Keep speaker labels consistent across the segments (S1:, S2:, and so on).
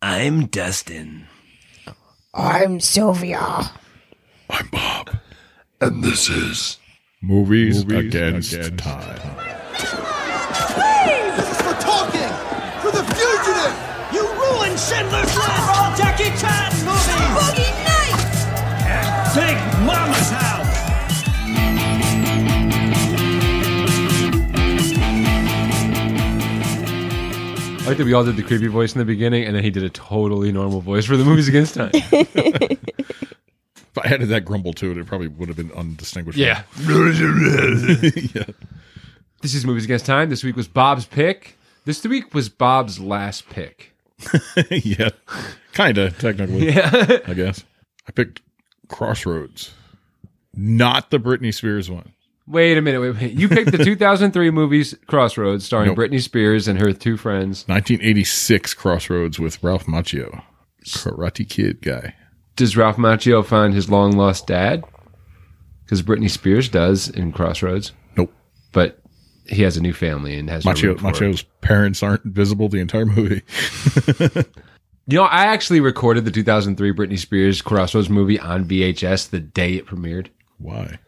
S1: I'm Dustin.
S2: I'm Sylvia.
S3: I'm Bob, and this is Movies, Against, Time.
S4: This is for talking! For the fugitive! You ruined Schindler's List! For all Jackie Chan movies!
S5: Boogie Nights!
S4: Big Mama's house!
S6: I like that we all did the creepy voice in the beginning, and then he did a totally normal voice for the movies against time.
S3: If I added that grumble to it, it probably would have been undistinguishable.
S6: yeah.
S3: yeah.
S6: This is Movies Against Time. This week was Bob's pick. This week was Bob's last pick.
S3: yeah. Kinda, technically,
S6: Yeah.
S3: I guess. I picked Crossroads. Not the Britney Spears one.
S6: wait a minute. Wait, wait. You picked the 2003 movies Crossroads, starring
S3: Nope.
S6: Britney Spears and her two friends.
S3: 1986 Crossroads with Ralph Macchio. Karate Kid guy.
S6: Does Ralph Macchio find his long lost dad? Because Britney Spears does in Crossroads,
S3: Nope.
S6: but he has a new family and has no
S3: Macchio,
S6: room for it.
S3: Macchio's parents aren't visible the entire movie.
S6: You know, I actually recorded the 2003 Britney Spears Crossroads movie on VHS the day it premiered.
S3: Why?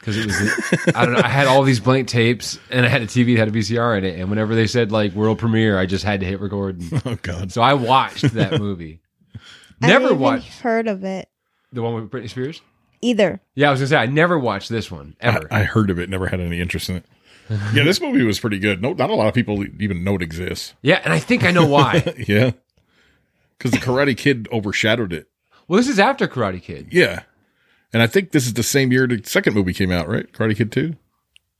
S6: because it was I don't know. I had all these blank tapes and I had a TV that had a VCR in it, and whenever they said like world premiere, I just had to hit record. And,
S3: Oh, God.
S6: so I watched that movie.
S2: I haven't
S6: never
S2: even
S6: watched
S2: heard of it
S6: the one with Britney Spears.
S2: either.
S6: Yeah, I was gonna say I never watched this one ever.
S3: I, I heard of it, never had any interest in it. Yeah, this movie was pretty good. No, not a lot of people even know it exists.
S6: yeah, and I think I know why.
S3: Yeah, because the Karate Kid overshadowed it.
S6: well, this is after Karate Kid,
S3: Yeah, and I think this is the same year the second movie came out, right? Karate Kid Two,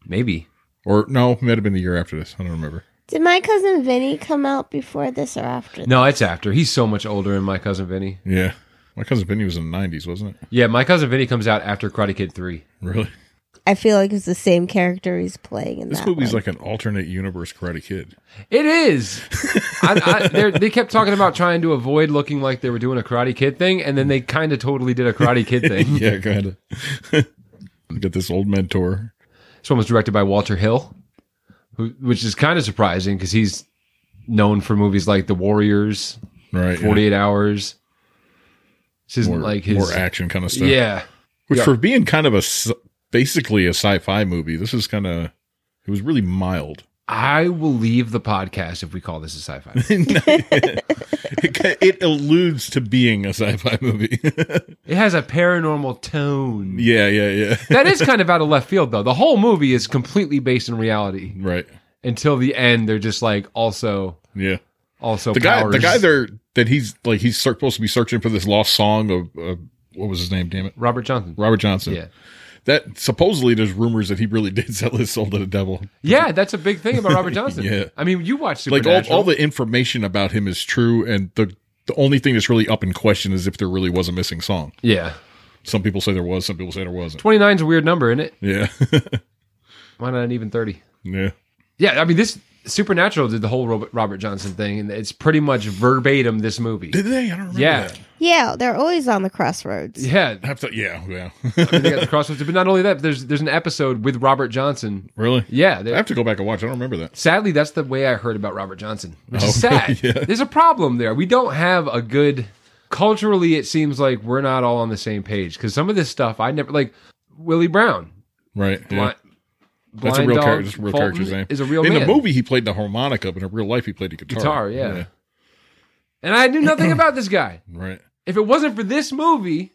S6: maybe.
S3: or no, it might have been the year after this. I don't remember.
S7: Did my cousin Vinny come out before this or after?
S6: No, it's after. He's so much older than my cousin Vinny.
S3: Yeah, my cousin Vinny was in the nineties, wasn't it?
S6: Yeah, my cousin Vinny comes out after Karate Kid three.
S3: Really?
S2: I feel like it's the same character he's playing in
S3: This
S2: that
S3: movie's
S2: one.
S3: like an alternate universe Karate Kid.
S6: It is. I, I, they're- they kept talking about trying to avoid looking like they were doing a Karate Kid thing, and then they kind of totally did a Karate Kid thing.
S3: Yeah, kind of. Got this old mentor.
S6: This one was directed by Walter Hill, who, which is kind of surprising because he's known for movies like The Warriors,
S3: Right. yeah.
S6: Forty Eight Hours. This isn't
S3: More,
S6: like his.
S3: more action kind of stuff.
S6: yeah,
S3: Which
S6: Yeah.
S3: for being kind of a s- basically a sci-fi movie, this is kind of it was really mild.
S6: I will leave the podcast if we call this a sci-fi.
S3: It, ki- it alludes to being a sci-fi movie.
S6: it has a paranormal tone.
S3: yeah, yeah, yeah.
S6: That is kind of out of left field, though. The whole movie is completely based in reality.
S3: Right.
S6: Until the end, they're just like also,
S3: Yeah.
S6: also
S3: The guy, the
S6: powers.
S3: guy there that he's like he's ser- supposed to be searching for this lost song of uh, what was his name? Damn it,
S6: Robert Johnson.
S3: Robert Johnson.
S6: Yeah,
S3: That supposedly there's rumors that he really did sell his soul to the devil.
S6: yeah, that's a big thing about Robert Johnson.
S3: Yeah.
S6: I mean, you watch
S3: Like
S6: Supernatural.
S3: all, all the information about him is true, and the the only thing that's really up in question is if there really was a missing song.
S6: yeah.
S3: Some people say there was, some people say there wasn't.
S6: 29 is a weird number, isn't it?
S3: Yeah.
S6: Why not an even 30?
S3: yeah.
S6: Yeah, I mean, this Supernatural did the whole Robert, Robert Johnson thing, and it's pretty much verbatim this movie.
S3: Did they? I don't remember.
S6: Yeah.
S3: that.
S2: yeah, they're always on the crossroads.
S6: Yeah,
S3: I have to, yeah, yeah.
S6: I mean, they got the crossroads. But not only that, but there's there's an episode with Robert Johnson.
S3: really?
S6: Yeah,
S3: I
S6: they-
S3: have to go back and watch. I don't remember that.
S6: sadly, that's the way I heard about Robert Johnson, which is
S3: Oh,
S6: sad.
S3: yeah.
S6: There's a problem there. We don't have a good culturally. It seems like we're not all on the same page because some of this stuff I never like. Willie Brown,
S3: Right. yeah.
S6: blind,
S3: That's a
S6: Blind
S3: real,
S6: Dog
S3: char- that's a real
S6: Fulton
S3: character's name.
S6: Is a real
S3: In
S6: man.
S3: the movie, he played the harmonica, but in real life, he played the guitar.
S6: guitar, yeah. And I knew nothing about this guy.
S3: Right.
S6: If it wasn't for this movie,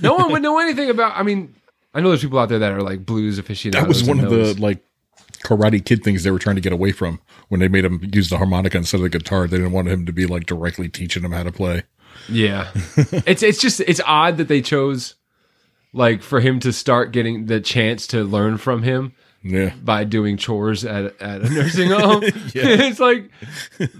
S6: no one would know anything about. I mean, I know there's people out there that are like blues aficionados.
S3: That was
S6: and
S3: one of
S6: knows-
S3: the, like, Karate Kid things they were trying to get away from when they made him use the harmonica instead of the guitar. They didn't want him to be, like, directly teaching him how to play.
S6: Yeah, it's it's just it's odd that they chose like for him to start getting the chance to learn from him
S3: Yeah.
S6: by doing chores at at a nursing home. it's like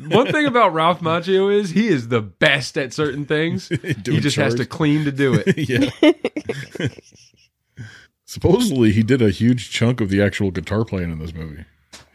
S6: one thing about Ralph Macchio is he is the best at certain things. he
S3: Doing
S6: just has
S3: chores.
S6: to clean to do it.
S3: yeah. Supposedly, he did a huge chunk of the actual guitar playing in this movie.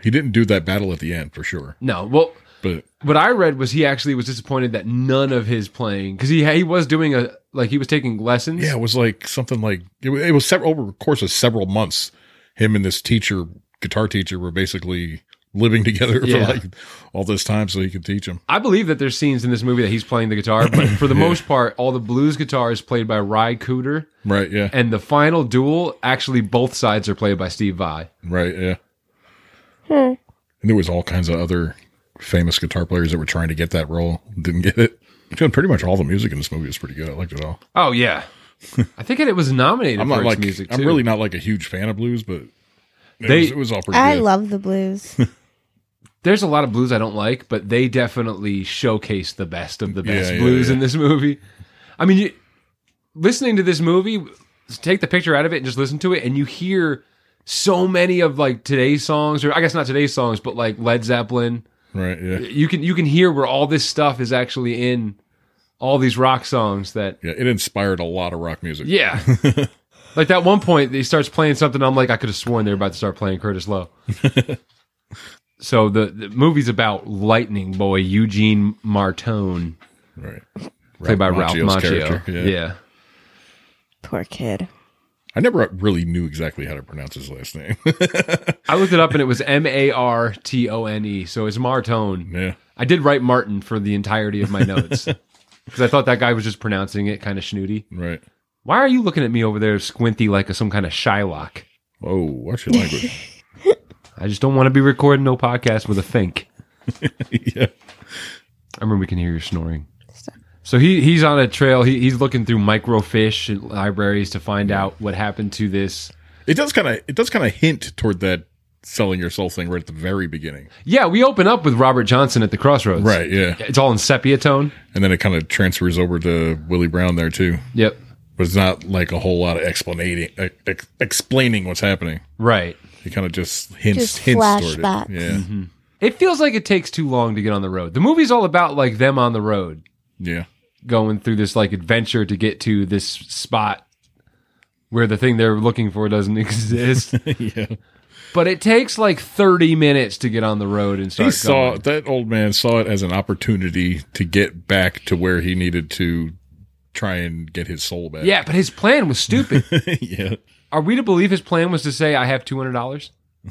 S3: He didn't do that battle at the end, for sure.
S6: No, well.
S3: But
S6: what I read was he actually was disappointed that none of his playing because he he was doing a like he was taking lessons.
S3: Yeah, it was like something like it was, it was several over the course of several months. Him and this teacher, guitar teacher, were basically living together
S6: Yeah.
S3: for like all this time so he could teach him.
S6: I believe that there's scenes in this movie that he's playing the guitar, but for the most part, all the blues guitar is played by Ry Cooter,
S3: Right. Yeah.
S6: and the final duel actually both sides are played by Steve Vai.
S3: Right. Yeah. And there was all kinds of other famous guitar players that were trying to get that role, didn't get it. And pretty much all the music in this movie is pretty good. I liked it all.
S6: Oh yeah, I think it was nominated
S3: I'm
S6: for
S3: not
S6: its
S3: like
S6: music too.
S3: I'm really not like a huge fan of blues, but it,
S6: They-
S3: was, it was all pretty
S2: I
S3: good.
S2: love the blues.
S6: There's a lot of blues I don't like, but they definitely showcase the best of the best
S3: yeah,
S6: blues
S3: yeah.
S6: in this movie. I mean, you, listening to this movie, take the picture out of it and just listen to it, and you hear so many of like today's songs, or I guess not today's songs, but like Led Zeppelin.
S3: right. Yeah.
S6: You can you can hear where all this stuff is actually in all these rock songs that
S3: Yeah. It inspired a lot of rock music.
S6: yeah. Like that one point, he starts playing something. I'm like, I could have sworn they're about to start playing Curtis Lowe. so the, the movie's about Lightning Boy Eugene Martone,
S3: Right.
S6: played by Ralph
S3: Macchio's
S6: Macchio.
S3: character,
S6: Yeah.
S3: yeah.
S2: Poor kid.
S3: I never really knew exactly how to pronounce his last name.
S6: I looked it up and it was M A R T O N E. So it's Martone.
S3: yeah.
S6: I did write Martin for the entirety of my notes because I thought that guy was just pronouncing it kind of snooty.
S3: Right.
S6: Why are you looking at me over there, squinty like a, some kind of Shylock?
S3: Whoa. Oh, Watch your language.
S6: I just don't want to be recording no podcast with a fink.
S3: yeah.
S6: I remember we can hear you snoring. So he he's on a trail. He, he's looking through microfiche and libraries to find out what happened to this.
S3: It does kind of it does kind of hint toward that selling your soul thing right at the very beginning.
S6: Yeah, we open up with Robert Johnson at the crossroads.
S3: Right. Yeah.
S6: It's all in sepia tone.
S3: And then it kind of transfers over to Willie Brown there too.
S6: Yep.
S3: But it's not like a whole lot of explaining ex- explaining what's happening.
S6: Right.
S3: It kind of just hints
S8: Just
S3: hints toward it.
S8: flashbacks.
S3: Yeah.
S6: It feels like it takes too long to get on the road. The movie's all about like them on the road
S3: Yeah.
S6: going through this like adventure to get to this spot where the thing they're looking for doesn't exist.
S3: yeah.
S6: but it takes like 30 minutes to get on the road and start
S3: He
S6: going.
S3: saw that old man saw it as an opportunity to get back to where he needed to try and get his soul back.
S6: Yeah, but his plan was stupid.
S3: yeah.
S6: Are we to believe his plan was to say, I have $200?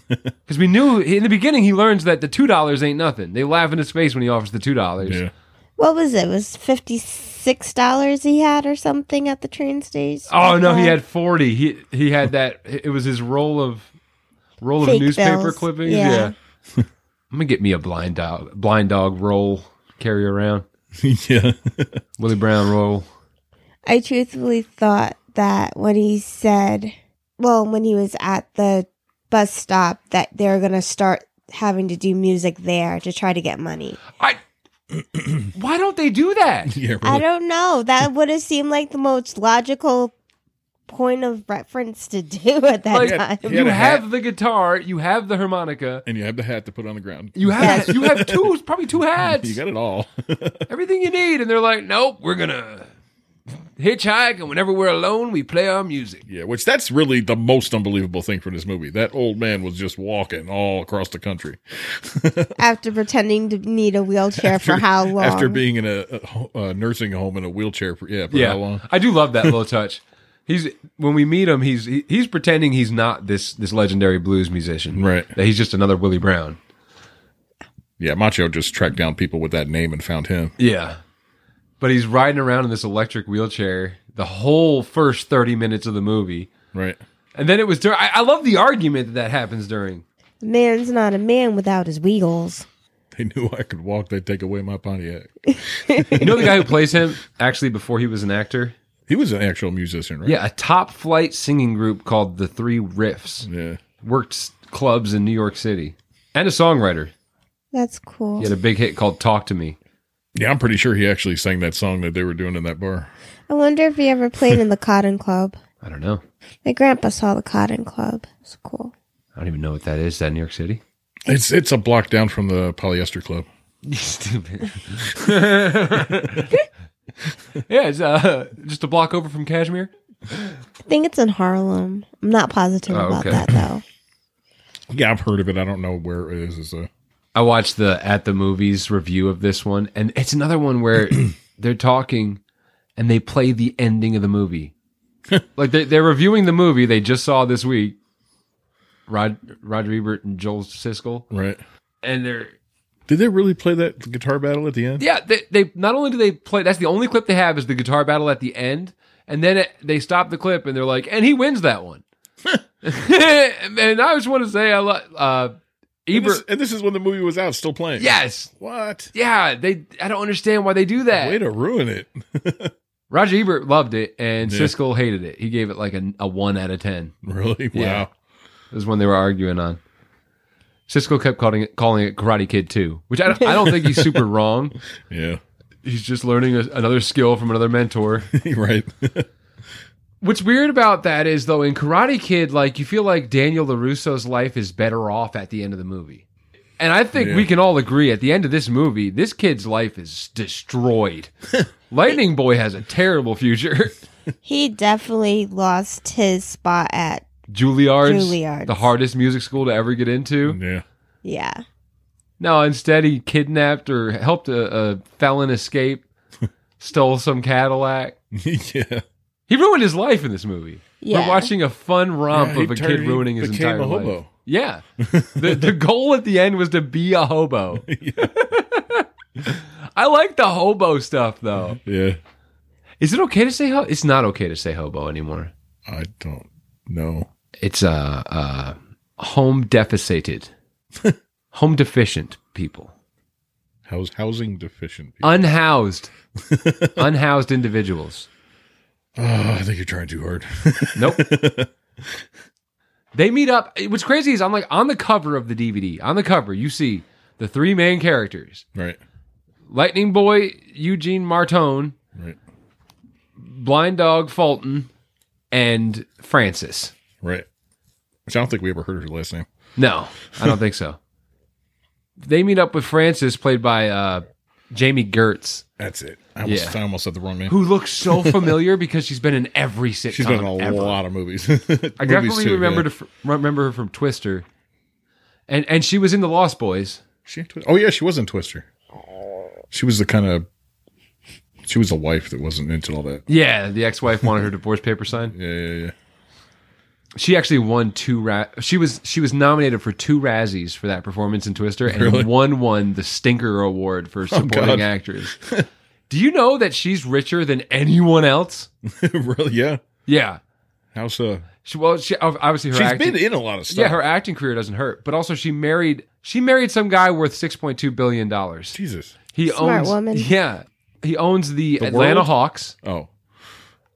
S6: Because we knew in the beginning he learns that the $2 ain't nothing. They laugh in his face when he offers the $2.
S3: Yeah.
S2: What was it? It was fifty six dollars he had or something at the train station?
S6: Oh, no, he had 40 He he had that, it was his roll of roll of
S2: Fake
S6: newspaper
S2: bills.
S6: clippings.
S2: Yeah.
S6: I'm going to get me a blind dog, blind dog roll, carry around.
S3: yeah.
S6: Willie Brown roll.
S2: I truthfully thought that when he said, well, when he was at the bus stop, that they were going to start having to do music there to try to get money.
S6: I. Why don't they do that?
S3: Yeah.
S2: I
S3: Really.
S2: don't know. That would have seemed like the most logical point of reference to do at that
S6: Like,
S2: time.
S3: He
S6: you
S3: had a hat.
S6: have the guitar, you have the harmonica,
S3: And you have the hat to put on the ground.
S6: you have you have two, probably two hats.
S3: You got it all.
S6: everything you need. And they're like, nope, we're going to hitchhike. And whenever we're alone, we play our music.
S3: yeah, which that's really the most unbelievable thing from this movie. That old man was just walking all across the country
S2: After pretending to need a wheelchair for how long?
S3: after being in a, a ho- a nursing home in a wheelchair for yeah, for how long?
S6: I do love that little touch. He's when we meet him, he's he, he's pretending he's not this this legendary blues musician,
S3: Right.
S6: That he's just another Willie Brown.
S3: Yeah, Macho just tracked down people with that name and found him.
S6: Yeah, but he's riding around in this electric wheelchair the whole first thirty minutes of the movie,
S3: Right.
S6: and then it was during. I, I love the argument that that happens during.
S2: Man's not a man without his wheels.
S3: They knew I could walk. They'd take away my Pontiac.
S6: You know the guy who plays him actually before he was an actor.
S3: He was an actual musician, right?
S6: Yeah, a top flight singing group called the Three Riffs.
S3: Yeah.
S6: worked s- clubs in New York City and a songwriter.
S2: That's cool.
S6: He had a big hit called Talk to Me.
S3: Yeah, I'm pretty sure he actually sang that song that they were doing in that bar.
S2: I wonder if he ever played in the Cotton Club.
S6: I don't know.
S2: My grandpa saw the Cotton Club. It's cool.
S6: I don't even know what that is. Is that New York City?
S3: It's it's a block down from the Polyester Club.
S6: Stupid. yeah, it's uh, just a block over from Kashmir.
S2: I think it's in Harlem. I'm not positive
S6: Oh,
S2: about
S6: okay.
S2: that though.
S3: Yeah, I've heard of it. I don't know where it is. It's a,
S6: I watched the at the movies review of this one, and it's another one where they're talking and they play the ending of the movie. like they, they're reviewing the movie they just saw this week. Rod Rod Ebert and Joel Siskel.
S3: right.
S6: and they're
S3: Did they really play that guitar battle at the end?
S6: yeah they, they not only do they play that's the only clip they have is the guitar battle at the end and then it, they stop the clip and they're like and he wins that one and i just want to say i love uh
S3: And
S6: ebert
S3: this, and this is when the movie was out, still playing.
S6: yes
S3: What?
S6: yeah they i don't understand why they do that
S3: Way to ruin it.
S6: roger ebert loved it and
S3: Yeah.
S6: siskel hated it he gave it like a, a one out of ten
S3: really? Wow.
S6: Yeah. This is when they were arguing on. Cisco kept calling it calling it Karate Kid Two, which I don't, I don't think he's super wrong.
S3: Yeah.
S6: He's just learning a, another skill from another mentor.
S3: You're right.
S6: What's weird about that is though, in Karate Kid, like you feel like Daniel Larusso's life is better off at the end of the movie, and I think
S3: Yeah.
S6: we can all agree at the end of this movie, this kid's life is destroyed. Lightning Boy has a terrible future.
S2: He definitely lost his spot at
S6: Juilliard's,
S2: Juilliard's.
S6: the hardest music school to ever get into.
S3: yeah.
S2: yeah.
S6: No, instead he kidnapped or helped a, a felon escape, stole some Cadillac.
S3: yeah.
S6: He ruined his life in this movie.
S2: Yeah.
S6: We're watching a fun romp
S3: Yeah, he
S6: of a kid
S3: turned- he
S6: ruining his
S3: became
S6: entire
S3: a hobo.
S6: life. Yeah, the the goal at the end was to be a hobo. I like the hobo stuff though.
S3: Yeah.
S6: Is it okay to say ho? It's not okay to say hobo anymore.
S3: I don't know.
S6: It's uh, uh home deficited, home deficient people,
S3: How's housing deficient people?
S6: unhoused, unhoused individuals.
S3: Oh, I think you're trying too hard.
S6: Nope. they meet up. What's crazy is I'm like on the cover of the DVD. On the cover, you see the three main characters:
S3: right.
S6: Lightning Boy, Eugene Martone,
S3: Right.
S6: Blind Dog Fulton, and Francis.
S3: Right. Which I don't think we ever heard her last name.
S6: No, I don't think so. They meet up with Francis, played by uh, Jamie Gertz,
S3: That's it. I almost,
S6: Yeah.
S3: I almost said the wrong name.
S6: who looks so familiar because she's been in every sitcom.
S3: She's been in a
S6: ever.
S3: lot of movies.
S6: I definitely remember to fr- remember her from Twister, and and she was in The Lost Boys.
S3: She, oh yeah, she was in Twister. She was the kind of. She was the wife that wasn't into all that.
S6: Yeah, the ex-wife wanted her divorce paper signed.
S3: Yeah, yeah, yeah.
S6: She actually won two. Ra- she was she was nominated for two Razzies for that performance in Twister, and
S3: Really? Oh,
S6: one won the Stinker Award for supporting
S3: God.
S6: actress. Do you know that she's richer than anyone else?
S3: really, yeah.
S6: Yeah.
S3: How's uh?
S6: She, well, she ob- obviously her
S3: She's
S6: acting.
S3: been in a lot of stuff.
S6: yeah, her acting career doesn't hurt, but also she married she married some guy worth six point two billion dollars.
S3: Jesus.
S6: He
S2: Smart
S6: owns
S2: woman.
S6: yeah he owns the, Atlanta
S3: world?
S6: Hawks,
S3: Oh,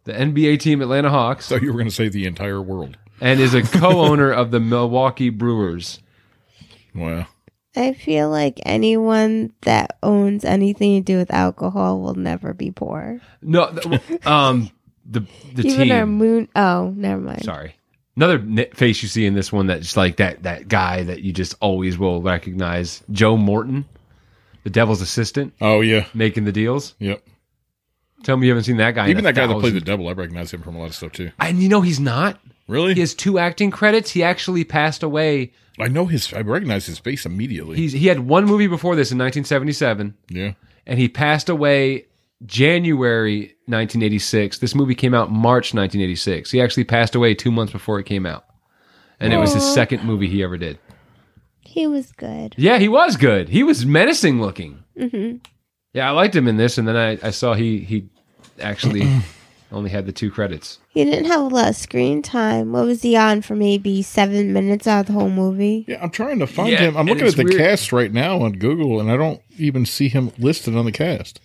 S6: the NBA team Atlanta Hawks.
S3: so you were going to say the entire world?
S6: and is a co-owner of the Milwaukee Brewers.
S3: Wow.
S2: I feel like anyone that owns anything to do with alcohol will never be poor.
S6: No, th- um, the the
S2: Even our
S6: team.
S2: moon. Oh, never mind.
S6: Sorry, another ni- face you see in this one that's like that that guy that you just always will recognize, Joe Morton, the Devil's assistant,
S3: Oh yeah.
S6: making the deals.
S3: Yep.
S6: Tell me you haven't seen that guy. in
S3: Even
S6: a
S3: that guy that played the
S6: thousand-
S3: devil, I recognize him from a lot of stuff too.
S6: and you know he's not.
S3: Really?
S6: He has two acting credits. He actually passed away.
S3: I know his. I recognize his face immediately.
S6: He's he had one movie before this in 1977.
S3: yeah.
S6: and he passed away January 1986. This movie came out March 1986. He actually passed away two months before it came out, and it was his second movie he ever did.
S2: He was good.
S6: Yeah, he was good. He was menacing looking. Mm-hmm. Yeah, I liked him in this, and then I, I saw he he actually only had the two credits.
S2: He didn't have a lot of screen time. What was he on for maybe seven minutes out of the whole movie?
S3: Yeah, I'm trying to find
S6: Yeah,
S3: him. I'm
S6: and
S3: looking
S6: it's
S3: at the
S6: weird.
S3: cast right now on Google, and I don't even see him listed on the cast.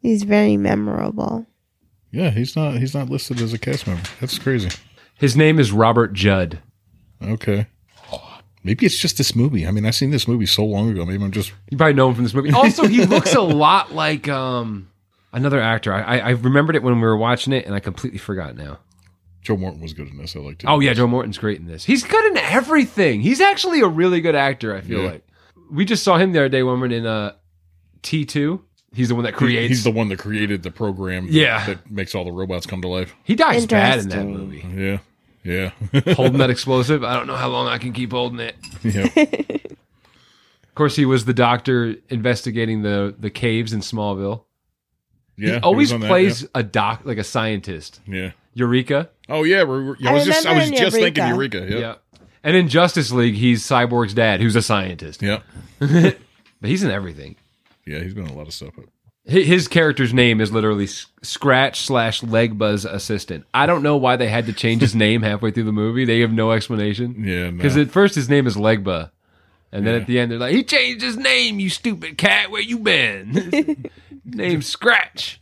S2: He's very memorable.
S3: Yeah, he's not. He's not listed as a cast member. That's crazy.
S6: His name is Robert Judd.
S3: Okay. Maybe it's just this movie. I mean, I've seen this movie so long ago. Maybe I'm just.
S6: You probably know him from this movie. Also, he looks a lot like um another actor. I, I I remembered it when we were watching it, and I completely forgot now.
S3: Joe Morton was good in this. I liked it.
S6: Oh yeah, Joe Morton's great in this. He's good in everything. He's actually a really good actor. I feel
S3: Yeah.
S6: like we just saw him the other day when we were in uh, T two. He's the one that creates.
S3: He's the one that created the program. That,
S6: Yeah.
S3: That makes all the robots come to life.
S6: he dies bad in that
S2: Interesting.
S6: movie.
S3: Yeah. Yeah.
S6: holding that explosive, I don't know how long I can keep holding it.
S3: yeah.
S6: Of course, he was the doctor investigating the the caves in Smallville.
S3: Yeah.
S6: he
S3: was
S6: always
S3: on that,
S6: plays a doc like a scientist.
S3: Yeah. yeah.
S6: Eureka.
S3: Oh yeah. We're, we're- yeah, I,
S2: I
S3: was just. I
S2: remember
S3: was
S2: in
S3: just thinking Eureka.
S2: Eureka.
S3: Yeah.
S6: Yeah. And in Justice League, he's Cyborg's dad, who's a scientist.
S3: Yeah.
S6: But he's in everything.
S3: Yeah, he's been in a lot of stuff. But
S6: Hi- His character's name is literally S- Scratch slash Leg Buzz Assistant. I don't know why they had to change his name halfway through the movie. They have no explanation.
S3: yeah, uh, no.
S6: Because at first his name is Legba. And then at the end they're like, he changed his name, you stupid cat. Where you been? name Scratch.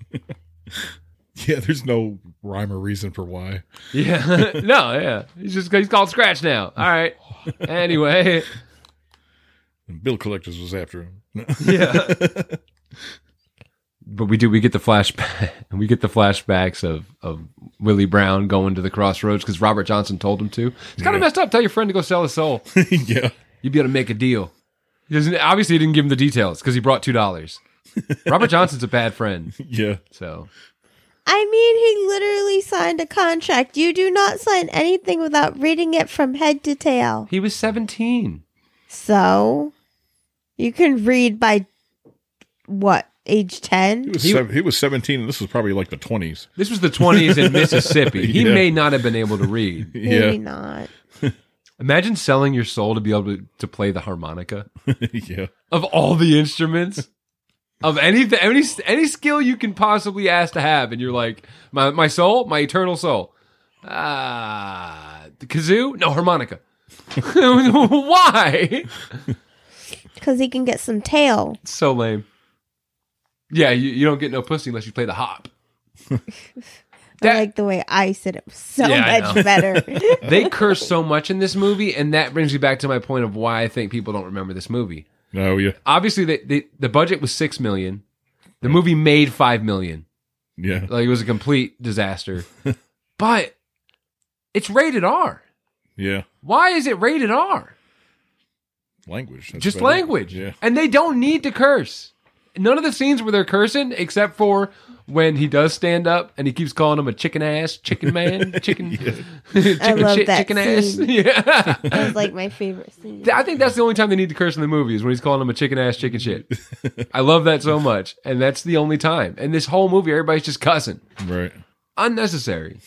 S3: yeah, there's no rhyme or reason for why.
S6: Yeah. no, yeah. He's just he's called Scratch now. All right. Anyway.
S3: And bill collectors was after him.
S6: Yeah. but we do we get the flashback we get the flashbacks of of Willie Brown going to the crossroads because Robert Johnson told him to. It's kind of
S3: Yeah.
S6: messed up. Tell your friend to go sell his soul.
S3: yeah,
S6: You'd be able to make a deal. He doesn't, obviously, he didn't give him the details because he brought two dollars. Robert Johnson's a bad friend,
S3: yeah.
S6: so
S2: I mean, he literally signed a contract. You do not sign anything without reading it from head to tail.
S6: he was seventeen.
S2: So, you can read by what, age
S3: He
S2: 10?
S3: was sev- he was 17, and this was probably like the 20s.
S6: This was the twenties in Mississippi. He
S3: Yeah.
S6: may not have been able to read.
S2: Maybe
S3: Yeah,
S2: not.
S6: Imagine selling your soul to be able to, to play the harmonica.
S3: yeah.
S6: of all the instruments of any any any skill you can possibly ask to have and you're like my my soul my eternal soul ah the kazoo no harmonica why
S2: Because he can get some tail.
S6: It's so lame yeah you, you don't get no pussy unless you play the hop
S2: I
S6: That-
S2: like the way I said it was so
S6: Yeah, I know.
S2: much better.
S6: they curse so much in this movie and that brings me back to my point of why i think people don't remember this movie
S3: No, yeah,
S6: obviously they, they, the budget was six million the movie made five million
S3: yeah,
S6: Like it was a complete disaster. but it's rated R.
S3: yeah.
S6: Why is it rated R?
S3: Language. that's
S6: Just
S3: about it.
S6: language.
S3: Yeah,
S6: And they don't need to curse. None of the scenes where they're cursing, except for when he does stand up and he keeps calling him a chicken ass, chicken man, chicken, chicken
S2: love
S6: shit,
S2: that
S6: chicken
S2: scene.
S6: ass. Yeah.
S2: That was like my favorite scene.
S6: I think that's the only time they need to curse in the movie is when he's calling him a chicken ass, chicken shit. I love that so much. And that's the only time. And this whole movie, everybody's just cussing.
S3: right.
S6: unnecessary.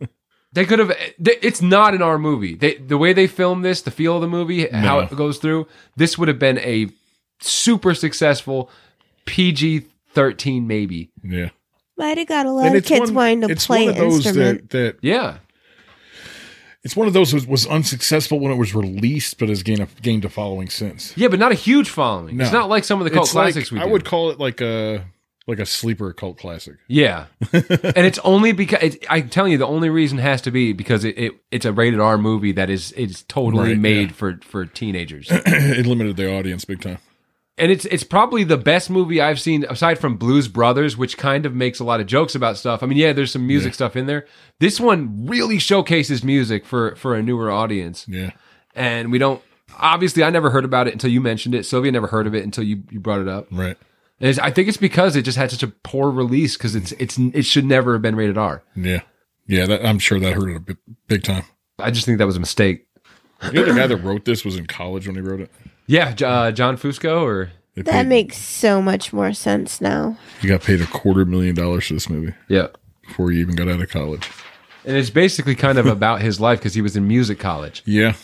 S6: they could have. they- It's not an R movie. They, the way they film this, the feel of the movie,
S3: No.
S6: how it goes through, this would have been a super successful PG thirteen, maybe.
S3: Yeah.
S2: Might have got a lot of kids wanting to
S3: it's
S2: play
S3: one of those
S2: instrument.
S3: that that
S6: Yeah,
S3: it's one of those that was unsuccessful when it was released, but has gained a gained a following since.
S6: yeah, but not a huge following.
S3: No.
S6: It's not like some of the cult
S3: It's like-
S6: classics we
S3: I
S6: do.
S3: would call it like a like a sleeper cult classic.
S6: yeah, and it's only because it's, I'm telling you, the only reason has to be because it, it it's a rated R movie that is it's totally
S3: Right,
S6: made
S3: yeah.
S6: for for teenagers.
S3: it limited the audience big time.
S6: and it's it's probably the best movie I've seen aside from Blues Brothers, which kind of makes a lot of jokes about stuff. I mean, yeah, there's some music stuff in there. This one really showcases music for for a newer audience,
S3: Yeah.
S6: and we don't. Obviously, I never heard about it until you mentioned it. Sylvia never heard of it until you, you brought it up.
S3: Right.
S6: And it's, I think it's because it just had such a poor release because it's it's it should never have been rated R.
S3: Yeah. Yeah. That, I'm sure that hurt it a bit, big time.
S6: I just think that was a mistake.
S3: The other guy that wrote this was in college when he wrote it.
S6: Yeah, J- uh, John Fusco or
S3: They
S2: That
S3: paid-
S2: makes so much more sense now.
S3: he got paid a quarter million dollars for this movie
S6: yeah.
S3: before he even got out of college.
S6: And it's basically kind of about his life because he was in music college.
S3: Yeah.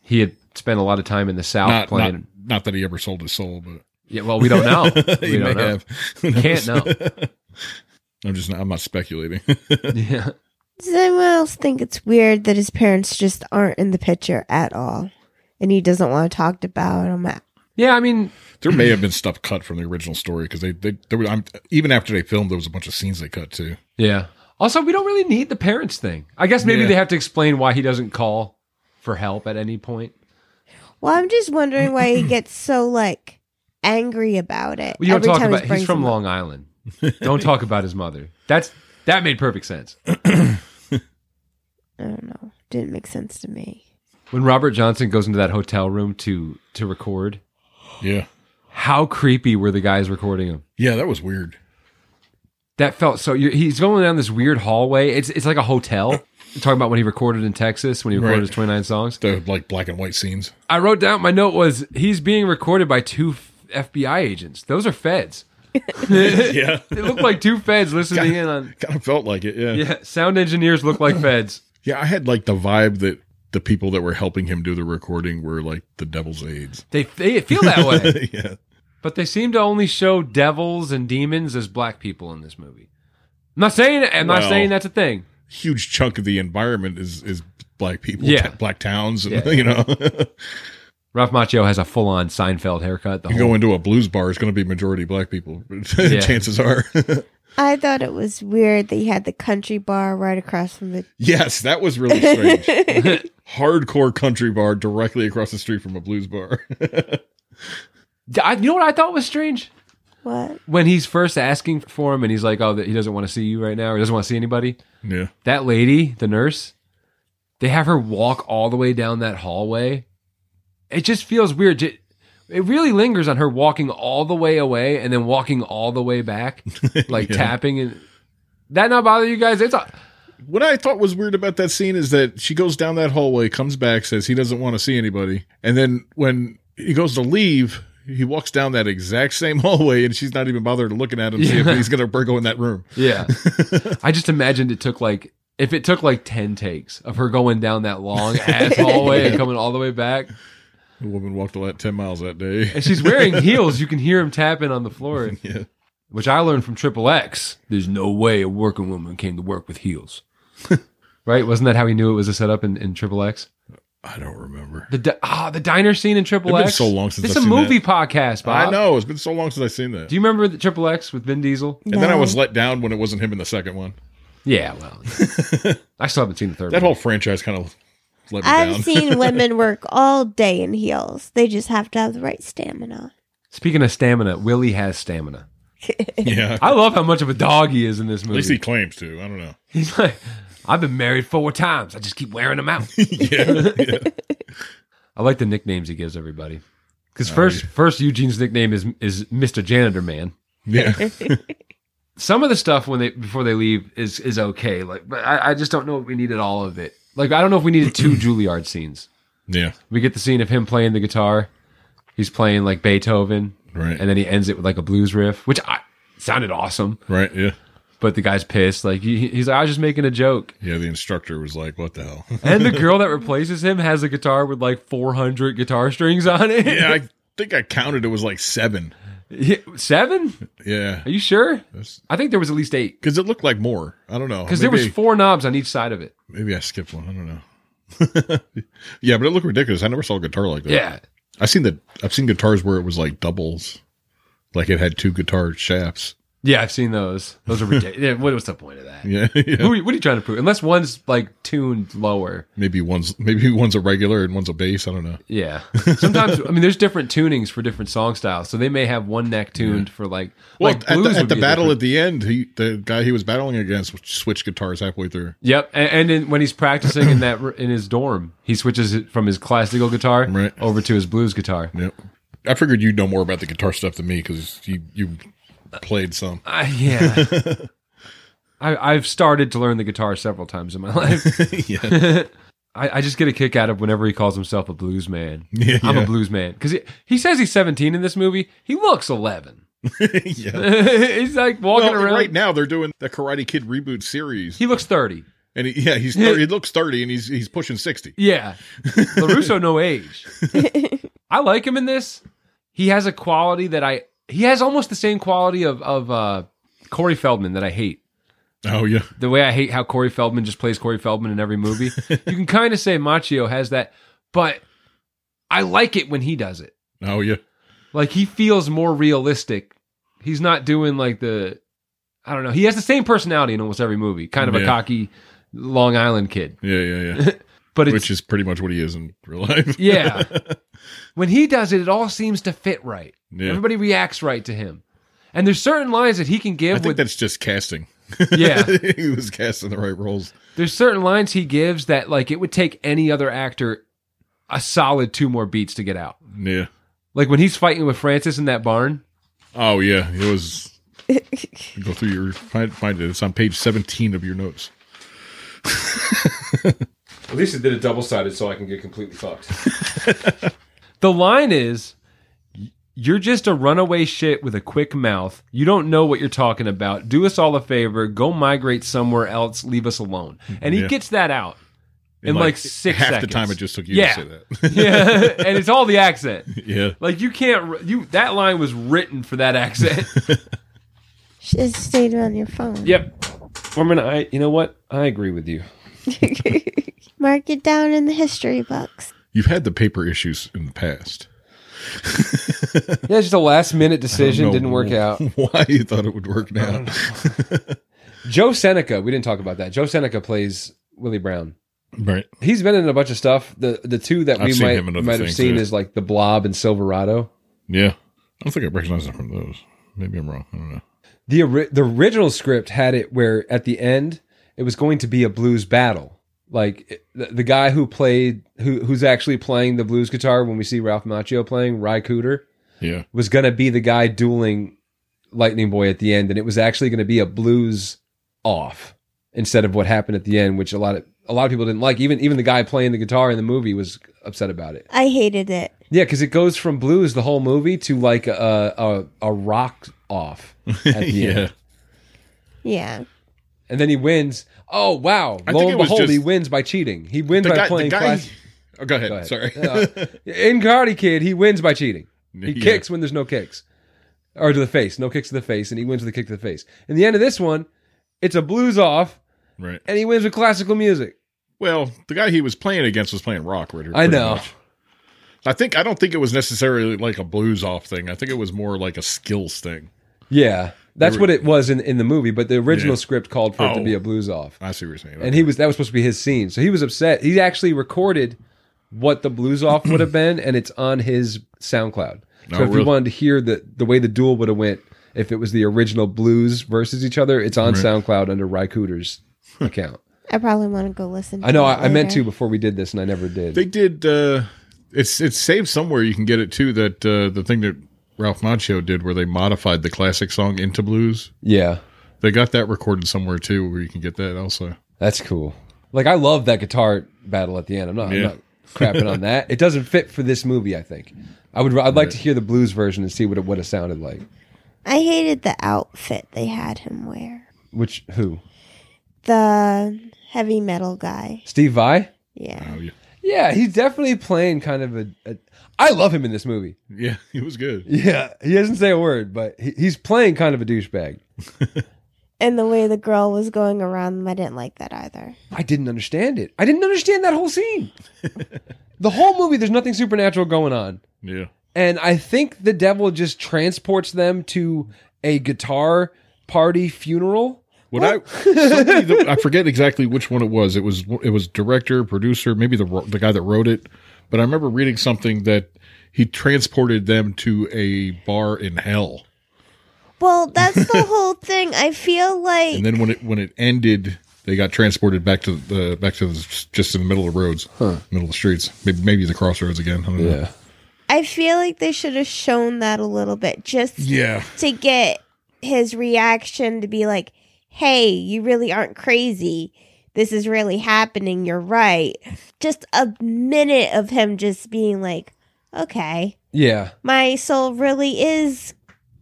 S6: He had spent a lot of time in the South
S3: Not,
S6: playing.
S3: not not that he ever sold his soul, but
S6: Yeah, well, we don't know. We
S3: he
S6: don't
S3: may
S6: know.
S3: have. Who knows?
S6: Can't know.
S3: I'm just not, I'm not speculating.
S6: yeah.
S2: Does anyone else think it's weird that his parents just aren't in the picture at all? And he doesn't want to talk about them at
S6: Yeah, I mean,
S3: there may have been stuff cut from the original story because they they there was, I'm, even after they filmed there was a bunch of scenes they cut too.
S6: yeah. Also, we don't really need the parents thing. I guess maybe
S3: Yeah.
S6: they have to explain why he doesn't call for help at any point.
S2: Well, I'm just wondering why he gets so like angry about it.
S6: Well, you don't
S2: every
S6: talk
S2: time he
S6: about. He's
S2: brings
S6: from
S2: him up.
S6: Long Island. don't talk about his mother. That's that made perfect sense.
S2: I don't know. Didn't make sense to me.
S6: When Robert Johnson goes into that hotel room to to record,
S3: Yeah.
S6: how creepy were the guys recording him?
S3: Yeah, that was weird.
S6: That felt so. You're, he's going down this weird hallway. It's it's like a hotel. Talking about when he recorded in Texas, when he recorded
S3: Right.
S6: his 29 songs.
S3: The like black and white scenes.
S6: I wrote down my note was he's being recorded by two f- FBI agents. Those are feds.
S3: Yeah.
S6: They look like two feds listening in on.
S3: kind of felt like it. Yeah. yeah.
S6: Yeah, sound engineers look like feds.
S3: I had like the vibe that the people that were helping him do the recording were like the devil's aides.
S6: They they feel that way,
S3: yeah.
S6: but they seem to only show devils and demons as black people in this movie. I'm not saying I'm not
S3: Well.
S6: saying that's a thing.
S3: Huge chunk of the environment is is black people,
S6: Yeah.
S3: ta- black towns, and
S6: Yeah.
S3: you know,
S6: Ralph Macchio has a full on Seinfeld haircut. The
S3: you
S6: whole
S3: go into a blues bar, it's going to be majority black people.
S6: Yeah.
S3: Chances are,
S2: I thought it was weird that you had the country bar right across from the.
S3: yes, that was really strange. Hardcore country bar directly across the street from a blues bar.
S6: I, you know what I thought was strange
S2: What?
S6: when he's first asking for him, and he's like, "Oh, that he doesn't want to see you right now, or doesn't want to see anybody."
S3: yeah,
S6: That lady, the nurse, they have her walk all the way down that hallway. It just feels weird. J- It really lingers on her walking all the way away and then walking all the way back, like
S3: Yeah.
S6: tapping. And that not bother you guys? It's a,
S3: What I thought was weird about that scene is that she goes down that hallway, comes back, says he doesn't want to see anybody, and then when he goes to leave, he walks down that exact same hallway, and she's not even bothered looking at him, see if
S6: Yeah.
S3: he's gonna go in that room.
S6: yeah. I just imagined it took like if it took like ten takes of her going down that long ass hallway and coming all the way back.
S3: The woman walked a lot ten miles that day.
S6: And she's wearing heels. You can hear him tapping on the floor,
S3: yeah,
S6: which I learned from Triple X. There's no way a working woman came to work with heels. right? Wasn't that how he knew it was a setup in, in Triple X?
S3: I don't remember.
S6: The di- ah, the diner scene in Triple
S3: It's been
S6: X.
S3: so long since
S6: This
S3: I've
S6: is a
S3: seen
S6: movie podcast, Bob.
S3: I know it's been so long since I've seen that.
S6: Do you remember the Triple X with Vin Diesel?
S3: and then I
S2: No.
S3: was let down when it wasn't him in the second one.
S6: Yeah, well, I still haven't seen the third
S3: That
S6: one.
S3: whole franchise kind of let me down.
S2: I've seen women work all day in heels. They just have to have the right stamina.
S6: Speaking of stamina, Willie has stamina.
S3: yeah,
S6: I love how much of a dog he is in this
S3: at least he
S6: movie.
S3: claims to. I don't know.
S6: He's like, I've been married four times. I just keep wearing them out.
S3: yeah, yeah.
S6: I like the nicknames he gives everybody. Because first, first Eugene's nickname is is Mister Janitor Man.
S3: yeah.
S6: Some of the stuff when they before they leave is is okay. Like, but I, I just don't know if we needed all of it. Like, I don't know if we needed two Juilliard scenes.
S3: yeah.
S6: We get the scene of him playing the guitar. He's playing like Beethoven,
S3: Right.
S6: and then he ends it with like a blues riff, which I, sounded awesome.
S3: Right. Yeah.
S6: But the guy's pissed. Like he, he's like, I was just making a joke.
S3: Yeah. The instructor was like, "What the hell."
S6: And the girl that replaces him has a guitar with like 400 guitar strings on it.
S3: Yeah, I think I counted it was like seven.
S6: Yeah, Seven?
S3: Yeah,
S6: Are you sure?
S3: because
S6: I think there was at least eight.
S3: it looked like more. I don't know.
S6: Because there was
S3: Maybe-
S6: four knobs on each side of it.
S3: maybe I skipped one. I don't know. yeah, but it looked ridiculous. I never saw a guitar like that.
S6: Yeah.
S3: I've seen the I've seen guitars where it was like doubles, like it had two guitar shafts.
S6: Yeah, I've seen those. Those are ridiculous. what was the point of that?
S3: Yeah, yeah.
S6: Who are you- what are you trying to prove? Unless one's like tuned lower.
S3: Maybe one's maybe one's a regular and one's a bass. I don't know.
S6: Yeah. Sometimes, I mean, there's different tunings for different song styles. So they may have one neck tuned for like.
S3: Well,
S6: like
S3: at the,
S6: blues
S3: at
S6: would
S3: the
S6: be a
S3: battle
S6: different-
S3: at the end, he the guy he was battling against switched guitars halfway through.
S6: Yep, and, and then when he's practicing in that in his dorm, he switches it from his classical guitar
S3: Right.
S6: over to his blues guitar.
S3: Yep. I figured you'd know more about the guitar stuff than me because you you played some.
S6: Uh, yeah. I, I've started to learn the guitar several times in my life. I, I just get a kick out of whenever he calls himself a blues man.
S3: Yeah,
S6: I'm
S3: yeah.
S6: a blues man. Because he, he says he's 17 in this movie. He looks 11.
S3: yeah.
S6: he's like walking
S3: Well,
S6: around.
S3: right now they're doing the Karate Kid reboot series,
S6: he looks 30.
S3: and he, yeah, he's 30, he looks thirty, and he's he's pushing sixty.
S6: Yeah. LaRusso, no age. I like him in this. He has a quality that I. He has almost the same quality of, of uh, Corey Feldman that I hate.
S3: Oh yeah,
S6: the way I hate how Corey Feldman just plays Corey Feldman in every movie. you can kind of say Machio has that, but I like it when he does it.
S3: oh yeah,
S6: Like he feels more realistic. He's not doing like the I don't know. He has the same personality in almost every movie, kind of a
S3: Yeah.
S6: cocky Long Island kid.
S3: yeah, yeah, yeah.
S6: But it's
S3: Which is pretty much what he is in real life.
S6: yeah. when he does it, it all seems to fit right.
S3: Yeah.
S6: Everybody reacts right to him. And there's certain lines that he can
S3: I
S6: give
S3: think
S6: with
S3: that's just casting.
S6: yeah.
S3: he was casting the right roles.
S6: there's certain lines he gives that like it would take any other actor a solid two more beats to get out.
S3: Yeah.
S6: Like when he's fighting with Francis in that barn.
S3: Oh yeah, it was. Go through your find, find it. It's on page seventeen of your notes.
S6: At least it did a double sided so I can get completely fucked. the line is you're just a runaway shit with a quick mouth. You don't know what you're talking about. Do us all a favor. Go migrate somewhere else. Leave us alone. And he
S3: Yeah.
S6: gets that out. in like, six
S3: half
S6: seconds.
S3: the time it just took you
S6: Yeah.
S3: to say that.
S6: yeah, and it's all the accent.
S3: yeah.
S6: Like you can't r- you that line was written for that accent.
S2: It stayed on your phone.
S6: yep. Woman, I you know what? I agree with you.
S2: Mark it down in the history books.
S3: You've had the paper issues in the past.
S6: Yeah, it's just a last minute
S3: I don't
S6: decision
S3: know
S6: didn't work out.
S3: Why you thought it would work now?
S6: Joe Seneca, we didn't talk about that. Joe Seneca plays Willie Brown.
S3: right.
S6: He's been in a bunch of stuff. The the two that
S3: I've
S6: we
S3: seen
S6: might
S3: him in other
S6: might have
S3: things,
S6: seen
S3: too.
S6: is like The Blob and Silverado.
S3: Yeah. I don't think I recognize it from those. Maybe I'm wrong. I don't know.
S6: The ori- the original script had it where at the end it was going to be a blues battle. Like it- the, the guy who played who who's actually playing the blues guitar when we see Ralph Macchio playing Ry Cooter
S3: Yeah.
S6: was going to be the guy dueling Lightning Boy at the end, and it was actually going to be a blues off instead of what happened at the end, which a lot of a lot of people didn't like. Even even the guy playing the guitar in the movie was upset about it.
S2: I hated it.
S6: Yeah, because it goes from blues the whole movie to like a a, a rock off at the
S3: yeah.
S6: end,
S2: Yeah.
S6: and then he wins. Oh wow!
S3: I
S6: Lo
S3: think it
S6: and
S3: was
S6: behold, he
S3: just-
S6: wins by cheating. He wins
S3: The
S6: by
S3: guy, the
S6: playing.
S3: guy
S6: class-
S3: Oh, go ahead.
S6: Go ahead.
S3: Sorry.
S6: Uh, in Karate Kid, he wins by cheating. He
S3: Yeah.
S6: kicks when there's no kicks. Or to the face. No kicks to the face, and he wins with a kick to the face. In the end of this one, it's a blues off,
S3: Right.
S6: and he wins with classical music.
S3: Well, the guy he was playing against was playing rock. Right.
S6: I
S3: pretty
S6: know.
S3: much. I think I don't think it was necessarily like a blues off thing. I think it was more like a skills thing.
S6: Yeah. That's what it was in, in the movie, but the original
S3: Yeah.
S6: script called for it to
S3: Oh.
S6: be a blues off.
S3: I see what you're saying.
S6: And he was that was supposed to be his scene. So he was upset. He actually recorded what the blues off would have been, and it's on his SoundCloud. So
S3: Oh,
S6: if you
S3: really?
S6: wanted to hear the, the way the duel would have went if it was the original blues versus each other, it's on
S3: Right.
S6: SoundCloud under Rycooter's account.
S2: I probably want to go listen to
S6: I know
S2: it
S6: I, I meant to
S2: later.
S6: before we did this, and I never did.
S3: They did. Uh, it's it's saved somewhere. You can get it too. That uh, the thing that Ralph Macchio did, where they modified the classic song into blues.
S6: yeah,
S3: They got that recorded somewhere too, where you can get that also.
S6: that's cool. Like I love that guitar battle at the end. I'm not, I'm
S3: Yeah.
S6: not crapping on that. It doesn't fit for this movie. I think I would. I'd like to hear the blues version and see what it would have sounded like.
S2: I hated the outfit they had him wear.
S6: Which who?
S2: The heavy metal guy.
S6: Steve Vai?
S2: Yeah.
S3: Oh, yeah.
S6: Yeah, he's definitely playing kind of a. a I love him in this movie.
S3: yeah, it was good.
S6: Yeah, he doesn't say a word, but he, he's playing kind of a douchebag.
S2: And the way the girl was going around them, I didn't like that either.
S6: I didn't understand it. I didn't understand that whole scene. the whole movie, there's nothing supernatural going on.
S3: Yeah,
S6: And I think the devil just transports them to a guitar party funeral.
S3: what I somebody that- I forget exactly which one it was. It was it was director, producer, maybe the ro- the guy that wrote it. But I remember reading something that he transported them to a bar in hell.
S2: Well, that's the whole thing. I feel like
S3: and then when it when it ended, they got transported back to the back to the, just in the middle of the roads, middle of the streets, maybe, maybe the crossroads again. I don't know.
S2: I feel like they should have shown that a little bit just
S3: Yeah,
S2: to get his reaction to be like, "Hey, you really aren't crazy. This is really happening. You're right." Just a minute of him just being like, "Okay,
S6: Yeah.
S2: my soul really is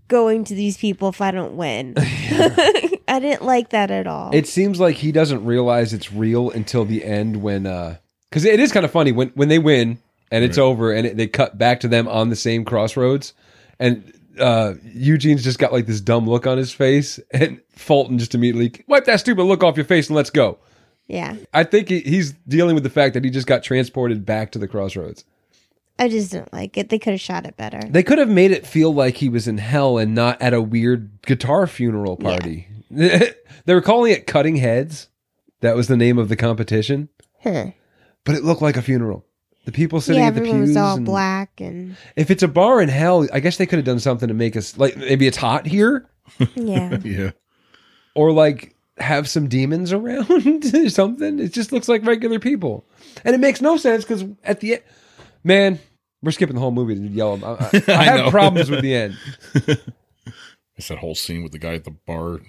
S2: going to these people if I don't win." I didn't like that at all.
S6: It seems like he doesn't realize it's real until the end when, uh, because it is kind of funny when, when they win and it's over and it, they cut back to them on the same crossroads. And, uh, Eugene's just got like this dumb look on his face and Fulton just immediately wipe that stupid look off your face and let's go.
S2: yeah.
S6: I think he, he's dealing with the fact that he just got transported back to the crossroads.
S2: I just didn't like it. They could have shot it better.
S6: They could have made it feel like he was in hell and not at a weird guitar funeral party. they were calling it Cutting Heads. That was the name of the competition,
S2: Huh.
S6: but it looked like a funeral. The people sitting
S2: Yeah,
S6: at the
S2: everyone
S6: pews.
S2: was all
S6: and-
S2: black and
S6: If it's a bar in hell, I guess they could have done something to make us like maybe it's hot here
S2: yeah.
S3: yeah.
S6: or like have some demons around or something. It just looks like regular people, and it makes no sense because at the end, man, we're skipping the whole movie to yell. I, I, I
S3: I
S6: have
S3: know.
S6: problems with the end.
S3: It's that whole scene with the guy at the bar.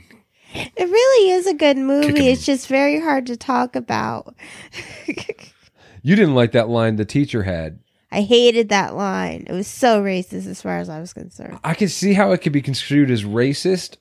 S2: It really is a good movie.
S3: Kicking-
S2: It's just very hard to talk about.
S6: You didn't like that line the teacher had.
S2: I hated that line. It was so racist as far as I was concerned.
S6: I can see how it could be construed as racist.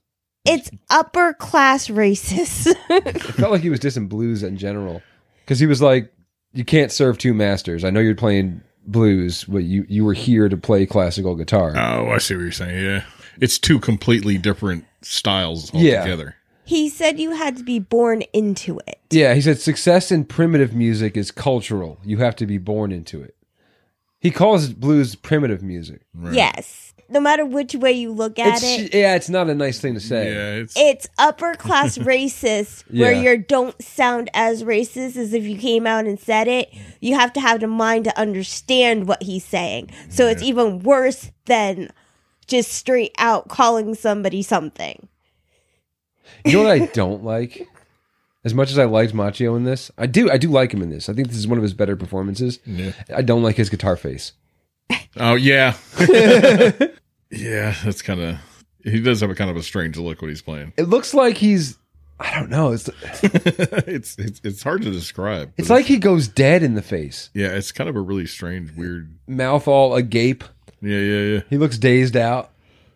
S2: It's upper class racist.
S6: It felt like he was dissing blues in general because he was like, you can't serve two masters. I know you're playing blues, but you you were here to play classical guitar.
S3: Oh, I see what you're saying. Yeah, it's two completely different styles
S6: Yeah.
S3: altogether.
S2: He said you had to be born into it.
S6: Yeah, he said success in primitive music is cultural. You have to be born into it. He calls blues primitive music.
S3: Right.
S2: Yes. No matter which way you look at
S6: It's,
S2: it,
S6: Yeah, it's not a nice thing to say.
S3: Yeah, it's
S2: it's upper class racist where
S6: Yeah.
S2: you don't sound as racist as if you came out and said it. You have to have the mind to understand what he's saying. So it's even worse than just straight out calling somebody something.
S6: You know what I don't like? As much as I liked Machio in this, I do I do like him in this. I think this is one of his better performances.
S3: Yeah.
S6: I don't like his guitar face.
S3: oh yeah, yeah. That's kind of he does have a kind of a strange look when he's playing.
S6: It looks like he's I don't know. It's
S3: it's, it's it's hard to describe. but
S6: it's like he goes dead in the face,
S3: yeah, it's kind of a really strange, weird.
S6: mouth all agape.
S3: Yeah, yeah, yeah.
S6: He looks dazed out.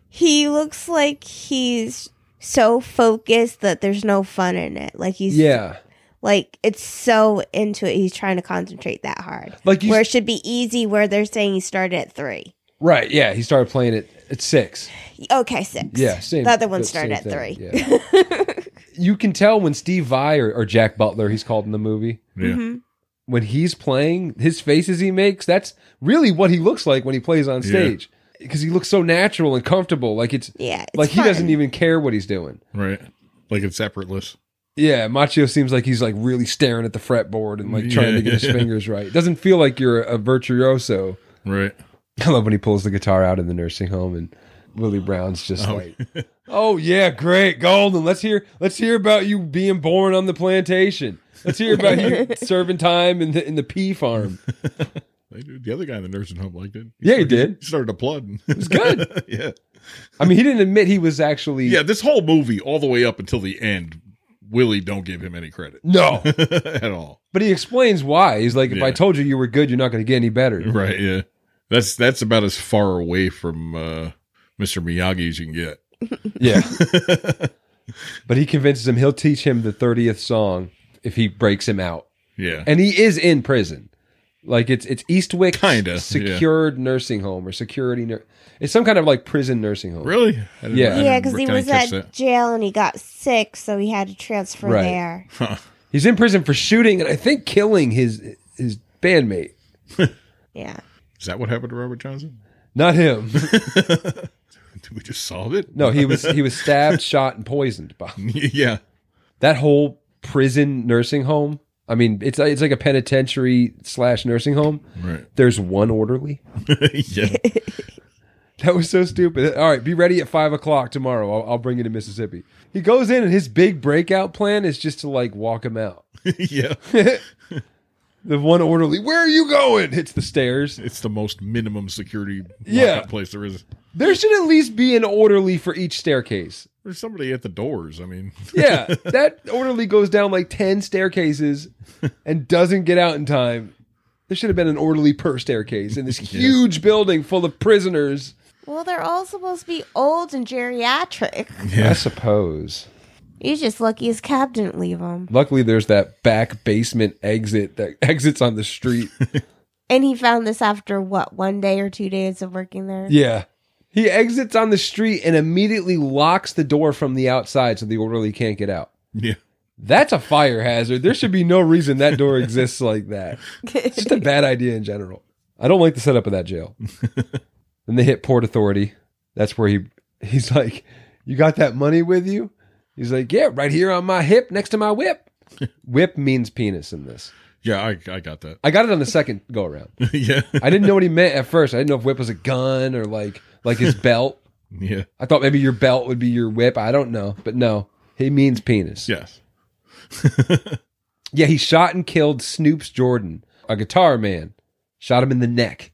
S2: He looks like he's so focused that there's no fun in it. Like he's
S6: Yeah,
S2: like it's so into it. He's trying to concentrate that hard.
S6: like you
S2: where it should be easy where they're saying he started at three.
S6: right. Yeah, he started playing it at six.
S2: Okay, six.
S6: Yeah, same.
S2: The other one
S6: but same
S2: started at
S6: thing,
S2: three.
S6: yeah. you can tell when Steve Vai or, or Jack Butler, he's called in the movie,
S3: Yeah.
S2: Mhm.
S6: when he's playing, his faces he makes, that's really what he looks like when he plays on
S3: Yeah.
S6: stage. Because he looks so natural and comfortable. Like it's,
S2: Yeah. it's
S6: like he
S2: fun.
S6: doesn't even care what he's doing.
S3: Right. Like it's effortless.
S6: Yeah, Machio seems like he's like really staring at the fretboard and like trying
S3: Yeah,
S6: to get
S3: yeah.
S6: his fingers right. It doesn't feel like you're a virtuoso.
S3: Right.
S6: I love when he pulls the guitar out in the nursing home and Willie Brown's just
S3: Oh.
S6: like, "Oh yeah, great, Golden. Let's hear let's hear about you being born on the plantation. Let's hear about you serving time in the in the pea farm."
S3: They do- The other guy in the nursing home liked it.
S6: Yeah, he
S3: started-
S6: did.
S3: He started applauding. It was
S6: good.
S3: yeah.
S6: I mean, he didn't admit he was actually
S3: Yeah. This whole movie, all the way up until the end, Willie don't give him any credit
S6: no,
S3: at all.
S6: but he explains why. He's like, "If I
S3: Yeah.
S6: told you you were good, you're not going to get any better."
S3: Right. Yeah. That's that's about as far away from uh, Mr. Miyagi as you can get.
S6: Yeah. but he convinces him he'll teach him the 30th song if he breaks him out.
S3: Yeah.
S6: And he is in prison. Like it's it's Eastwick
S3: Kinda,
S6: secured nursing home or security nur- it's some kind of like prison nursing home.
S3: really? I didn't-
S6: Yeah.
S3: I
S2: Yeah,
S3: didn't
S2: because he
S3: kinda
S2: was
S3: catch
S2: at
S3: that.
S2: jail and he got sick, so he had to transfer
S6: Right.
S2: there.
S3: Huh.
S6: He's in prison for shooting and I think killing his his bandmate.
S2: Yeah.
S3: Is that what happened to Robert Johnson?
S6: Not him.
S3: Did we just solve it?
S6: No, he was he was stabbed, shot, and poisoned. Bob.
S3: yeah.
S6: That whole prison nursing home. I mean, it's it's like a penitentiary slash nursing home.
S3: Right.
S6: There's one orderly.
S3: yeah.
S6: That was so stupid. All right, be ready at five o'clock tomorrow. I'll, I'll bring you to Mississippi. He goes in, and his big breakout plan is just to like walk him out.
S3: yeah.
S6: The one orderly, where are you going? Hits the stairs.
S3: It's the most minimum security
S6: Yeah.
S3: lockup place there is.
S6: There should at least be an orderly for each staircase.
S3: There's somebody at the doors. I mean,
S6: Yeah, that orderly goes down like 10 staircases and doesn't get out in time. There should have been an orderly per staircase in this huge building full of prisoners.
S2: Well, they're all supposed to be old and geriatric.
S6: I suppose.
S2: You're just lucky his cab didn't leave him.
S6: Luckily, there's that back basement exit that exits on the street.
S2: And he found this after what, one day or two days of working there?
S6: Yeah. He exits on the street and immediately locks the door from the outside so the orderly can't get out.
S3: yeah.
S6: That's a fire hazard. There should be no reason that door exists like that. It's just a bad idea in general. I don't like the setup of that jail. then they hit Port Authority. That's where he he's like, "You got that money with you?" He's like, "Yeah, right here on my hip, next to my whip." whip means penis in this.
S3: Yeah, I, I got that.
S6: I got it on the second go around.
S3: yeah.
S6: I didn't know what he meant at first. I didn't know if whip was a gun or like like his belt.
S3: Yeah.
S6: I thought maybe your belt would be your whip. I don't know, but no, he means penis.
S3: Yes.
S6: Yeah, he shot and killed Snoop's Jordan, a guitar man. Shot him in the neck.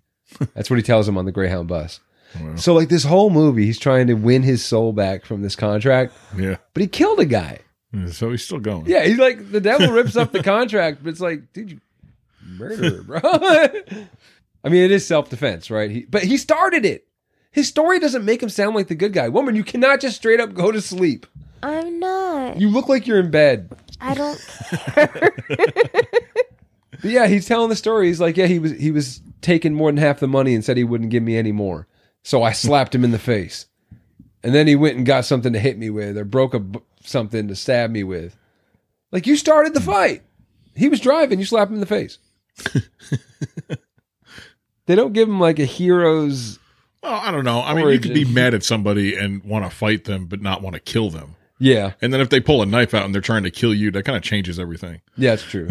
S6: That's what he tells him on the Greyhound bus.
S3: Wow.
S6: So like this whole movie, he's trying to win his soul back from this contract,
S3: Yeah.
S6: but he killed a guy.
S3: So he's still going.
S6: Yeah, he's like the devil rips up the contract, but it's like, dude, you murderer, bro. I mean, it is self defense, right? He, but he started it. His story doesn't make him sound like the good guy. Woman, you cannot just straight up go to sleep.
S7: I'm not.
S6: You look like you're in bed.
S7: I don't
S6: But yeah, he's telling the story. He's like, yeah, he was he was taking more than half the money and said he wouldn't give me any more. So I slapped him in the face, and then he went and got something to hit me with or broke a b- something to stab me with. Like you started the fight. He was driving. You slap him in the face. they don't give him like a hero's.
S3: Well, I don't know. I mean, you could be
S6: Origin.
S3: mad at somebody and want to fight them, but not want to kill them.
S6: Yeah,
S3: And then if they pull a knife out and they're trying to kill you, that kind of changes everything.
S6: yeah, it's true.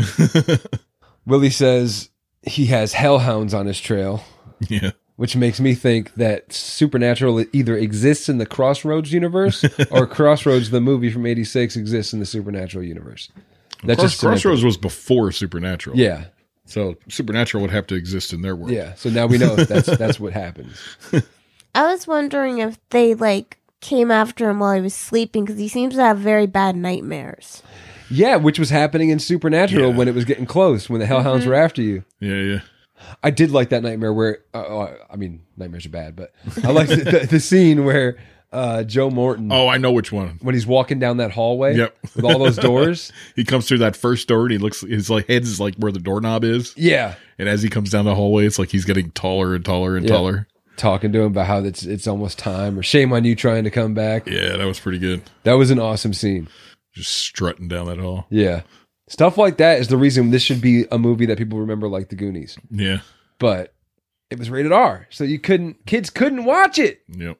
S6: Willie says he has hellhounds on his trail.
S3: yeah.
S6: which makes me think that supernatural either exists in the crossroads universe or crossroads the movie from 86 exists in the supernatural universe that
S3: Cross,
S6: an
S3: Crossroads was before Supernatural.
S6: yeah
S3: So Supernatural would have to exist in their world.
S6: yeah so now we know that's that's what happens
S2: I was wondering if they like came after him while he was sleeping because he seems to have very bad nightmares.
S6: yeah which was happening in supernatural when it was getting close when the hellhounds were after you
S3: Yeah. Yeah.
S6: i did like that nightmare where uh, uh, i mean nightmares are bad but i liked the, the, the scene where uh, joe morton
S3: Oh, I know which one.
S6: when he's walking down that hallway
S3: Yep.
S6: with all those doors
S3: He comes through that first door and he looks, his like head is like where the doorknob is.
S6: yeah
S3: And as he comes down the hallway, it's like he's getting taller and taller and
S6: Yeah.
S3: taller.
S6: talking to him about how it's it's almost time or shame on you trying to come back
S3: Yeah. That was pretty good.
S6: That was an awesome scene.
S3: Just strutting down that hall.
S6: Yeah. Stuff like that is the reason this should be a movie that people remember like The Goonies.
S3: Yeah.
S6: But it was rated R, so you couldn't kids couldn't watch it.
S3: Yep.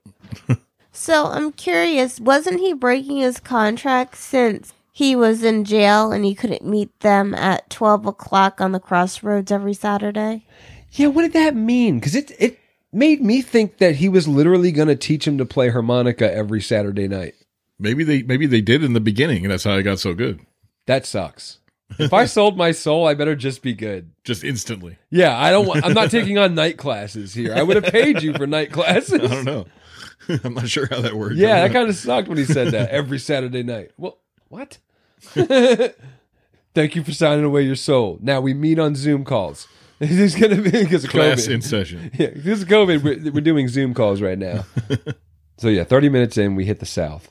S2: So I'm curious, wasn't he breaking his contract since he was in jail and he couldn't meet them at twelve o'clock on the crossroads every Saturday?
S6: Yeah, what did that mean? Cuz it it made me think that he was literally going to teach him to play harmonica every Saturday night.
S3: Maybe they, maybe they did in the beginning and that's how I got so good.
S6: That sucks. If I sold my soul, I better just be good.
S3: Just instantly.
S6: Yeah, I don't want, I'm not taking on night classes here. I would have paid you for night classes.
S3: I don't know. I'm not sure how that works.
S6: Yeah,
S3: I
S6: that kind of sucked when he said that every Saturday night. Well, what? Thank you for signing away your soul. Now we meet on Zoom calls. This is going to be because of
S3: class
S6: COVID.
S3: in session.
S6: yeah, because of COVID, we're, we're doing Zoom calls right now. so yeah, thirty minutes in, we hit the South.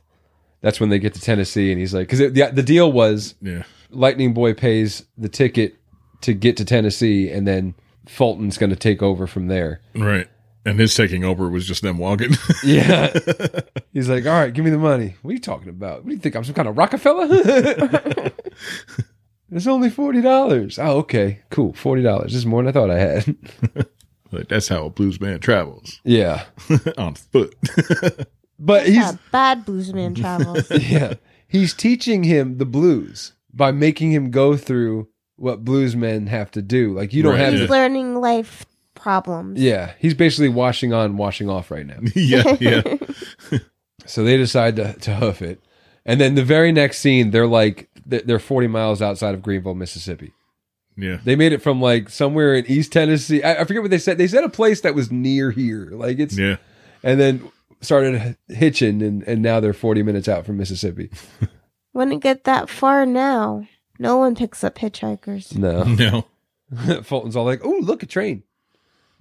S6: That's when they get to Tennessee, and he's like, because the, the deal was
S3: Yeah.
S6: Lightning Boy pays the ticket to get to Tennessee, and then Fulton's going to take over from there.
S3: Right. And his taking over was just them walking.
S6: Yeah. He's like, all right, give me the money. What are you talking about? What do you think? I'm some kind of Rockefeller? it's only $40. Oh, okay. Cool. $40. This is more than I thought I had.
S3: like, that's how a blues man travels
S6: yeah.
S3: on foot.
S6: But he's,
S2: Yeah, bad blues man travels.
S6: yeah, he's teaching him the blues by making him go through what blues men have to do. Like, you don't
S3: Right,
S6: have
S3: yeah.
S6: to.
S2: Learning life problems.
S6: Yeah. He's basically washing on, washing off right now.
S3: yeah. Yeah.
S6: So they decide to, to hoof it. And then the very next scene, they're like, they're they're 40 miles outside of Greenville, Mississippi.
S3: Yeah.
S6: They made it from like somewhere in East Tennessee. I, I forget what they said. They said a place that was near here, like it's,
S3: Yeah.
S6: and then started h- hitching, and and now they're forty minutes out from Mississippi.
S2: Wouldn't get that far now. No one picks up hitchhikers.
S6: No,
S3: No.
S6: Fulton's all like, "Ooh, look a train!"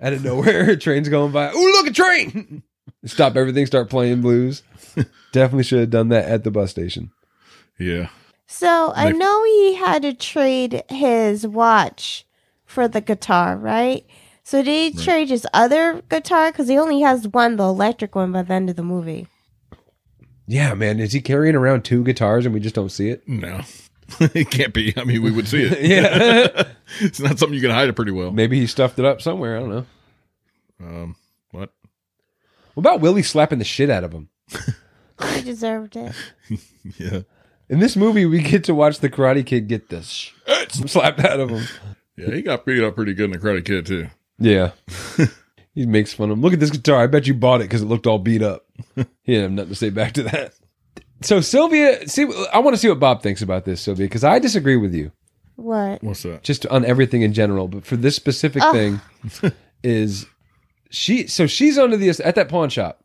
S6: Out of nowhere, a train's going by. Ooh, look a train! Stop everything. Start playing blues. Definitely should have done that at the bus station.
S3: Yeah.
S2: So I
S3: They-
S2: know he had to trade his watch for the guitar, right? So did he trade his other guitar? Because he only has one, the electric one, by the end of the movie.
S6: Yeah, man, is he carrying around two guitars and we just don't see it?
S3: No. it can't be. I mean, we would see it.
S6: Yeah,
S3: It's not something you can hide it pretty well.
S6: maybe he stuffed it up somewhere. I don't know.
S3: Um, what?
S6: What about Willie slapping the shit out of him?
S2: He deserved it.
S3: Yeah.
S6: In this movie, we get to watch the Karate Kid get the shit slapped out of him.
S3: Yeah. He got beat up pretty good in the Karate Kid, too.
S6: Yeah. he makes fun of him. Look at this guitar. I bet you bought it because it looked all beat up. he didn't have nothing to say back to that. So, Sylvia, see, I want to see what Bob thinks about this, Sylvia, because I disagree with you
S2: What?
S3: What's that?
S6: just on everything in general. But for this specific thing, is she, so she's under the, at that pawn shop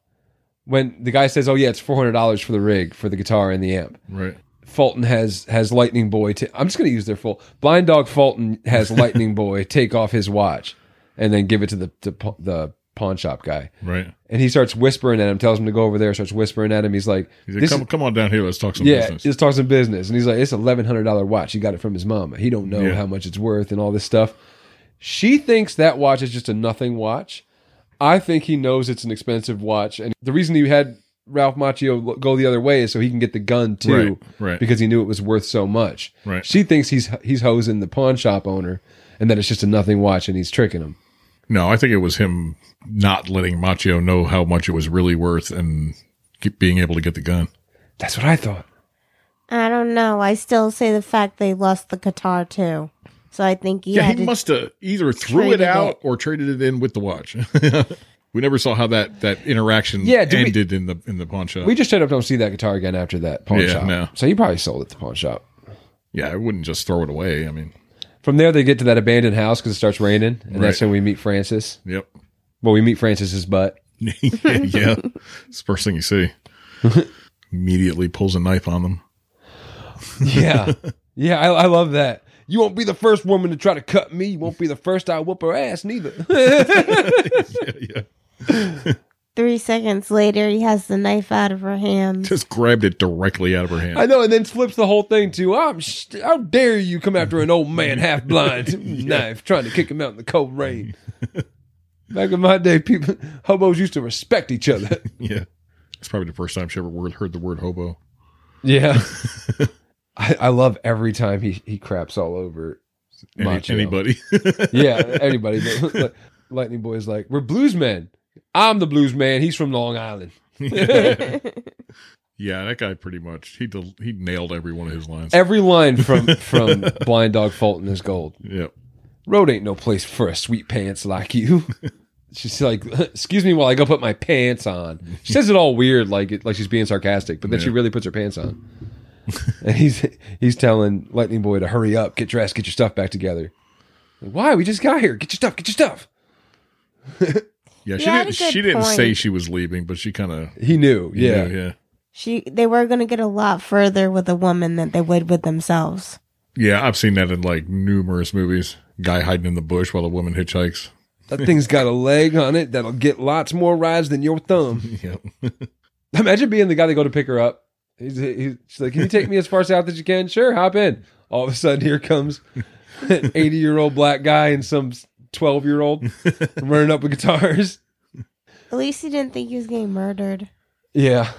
S6: when the guy says, oh, yeah, it's $400 for the rig, for the guitar and the amp.
S3: Right.
S6: Fulton has has Lightning Boy. i I'm just going to use their full. Blind Dog Fulton has Lightning Boy take off his watch and then give it to the to, pu- the pawn shop guy,
S3: Right.
S6: and he starts whispering at him, tells him to go over there, starts whispering at him. He's like,
S3: He's like,
S6: This
S3: come,
S6: is-
S3: come on down here. Let's talk some
S6: yeah,
S3: business.
S6: let's talk some business. And he's like, it's eleven hundred dollar watch. He got it from his mom. He don't know
S3: Yeah.
S6: how much it's worth and all this stuff. She thinks that watch is just a nothing watch. I think he knows it's an expensive watch, and the reason he had Ralph Macchio lo- go the other way is so he can get the gun too,
S3: Right, right.
S6: Because he knew it was worth so much.
S3: Right.
S6: She thinks he's he's hosing the pawn shop owner, and that it's just a nothing watch, and he's tricking him.
S3: No, I think it was him not letting Machio know how much it was really worth and keep being able to get the gun.
S6: That's what I thought.
S2: I don't know. I still say the fact they lost the guitar too. So I think he
S3: Yeah,
S2: had
S3: he
S2: to-
S3: must have either threw it
S2: traded
S3: out
S2: it.
S3: or traded it in with the watch. we never saw how that that interaction
S6: Yeah, did we-
S3: ended in the in the pawn shop.
S6: We just straight up don't see that guitar again after that pawn
S3: Yeah,
S6: shop.
S3: no.
S6: So he probably sold it to the pawn shop.
S3: yeah, I wouldn't just throw it away. I mean,
S6: From there, they get to that abandoned house because it starts raining, and that's
S3: Right.
S6: when we meet Francis.
S3: yep.
S6: Well, we meet Francis's butt.
S3: yeah, yeah. It's the first thing you see. Immediately pulls a knife on them.
S6: Yeah, yeah, I, I love that. You won't be the first woman to try to cut me. You won't be the first I whoop her ass, neither.
S3: Yeah, yeah.
S2: three seconds later he has the knife out of her hand.
S3: Just grabbed it directly out of her hand.
S6: I know, and then flips the whole thing to I'm. Sh- how dare you come after an old man half blind knife, trying to kick him out in the cold rain. Back in my day, people hobos used to respect each other.
S3: yeah. It's probably the first time she ever word, heard the word hobo.
S6: Yeah. I, I love every time he, he craps all over
S3: Any-
S6: Macho.
S3: anybody.
S6: Yeah, anybody. But, like, Lightning Boy's like, we're blues men. I'm the blues man. He's from Long Island.
S3: yeah, that guy pretty much he del- he nailed every one of his lines.
S6: Every line from from Blind Dog Fulton is gold.
S3: yep.
S6: Road ain't no place for a sweet pants like you. She's like, excuse me while I go put my pants on. She says it all weird, like it, like she's being sarcastic, but then she
S3: Yeah.
S6: really puts her pants on. and he's he's telling Lightning Boy to hurry up, get dressed, get your stuff back together. Like, Why? We just got here. Get your stuff. Get your stuff.
S3: Yeah, she
S2: had a
S3: didn't
S2: good
S3: she didn't
S2: point.
S3: say she was leaving, but she kind of
S6: He knew. Yeah.
S3: yeah.
S2: She they were gonna get a lot further with a woman than they would with themselves.
S3: Yeah, I've seen that in like numerous movies. Guy hiding in the bush while a woman hitchhikes.
S6: That thing's got a leg on it that'll get lots more rides than your thumb.
S3: Yep.
S6: Imagine being the guy they go to pick her up. He's, he's, she's like, "Can you take me as far south as you can?" Sure, hop in. All of a sudden, here comes an eighty-year-old black guy and some twelve-year-old running up with guitars.
S2: At least he didn't think he was getting murdered.
S6: Yeah,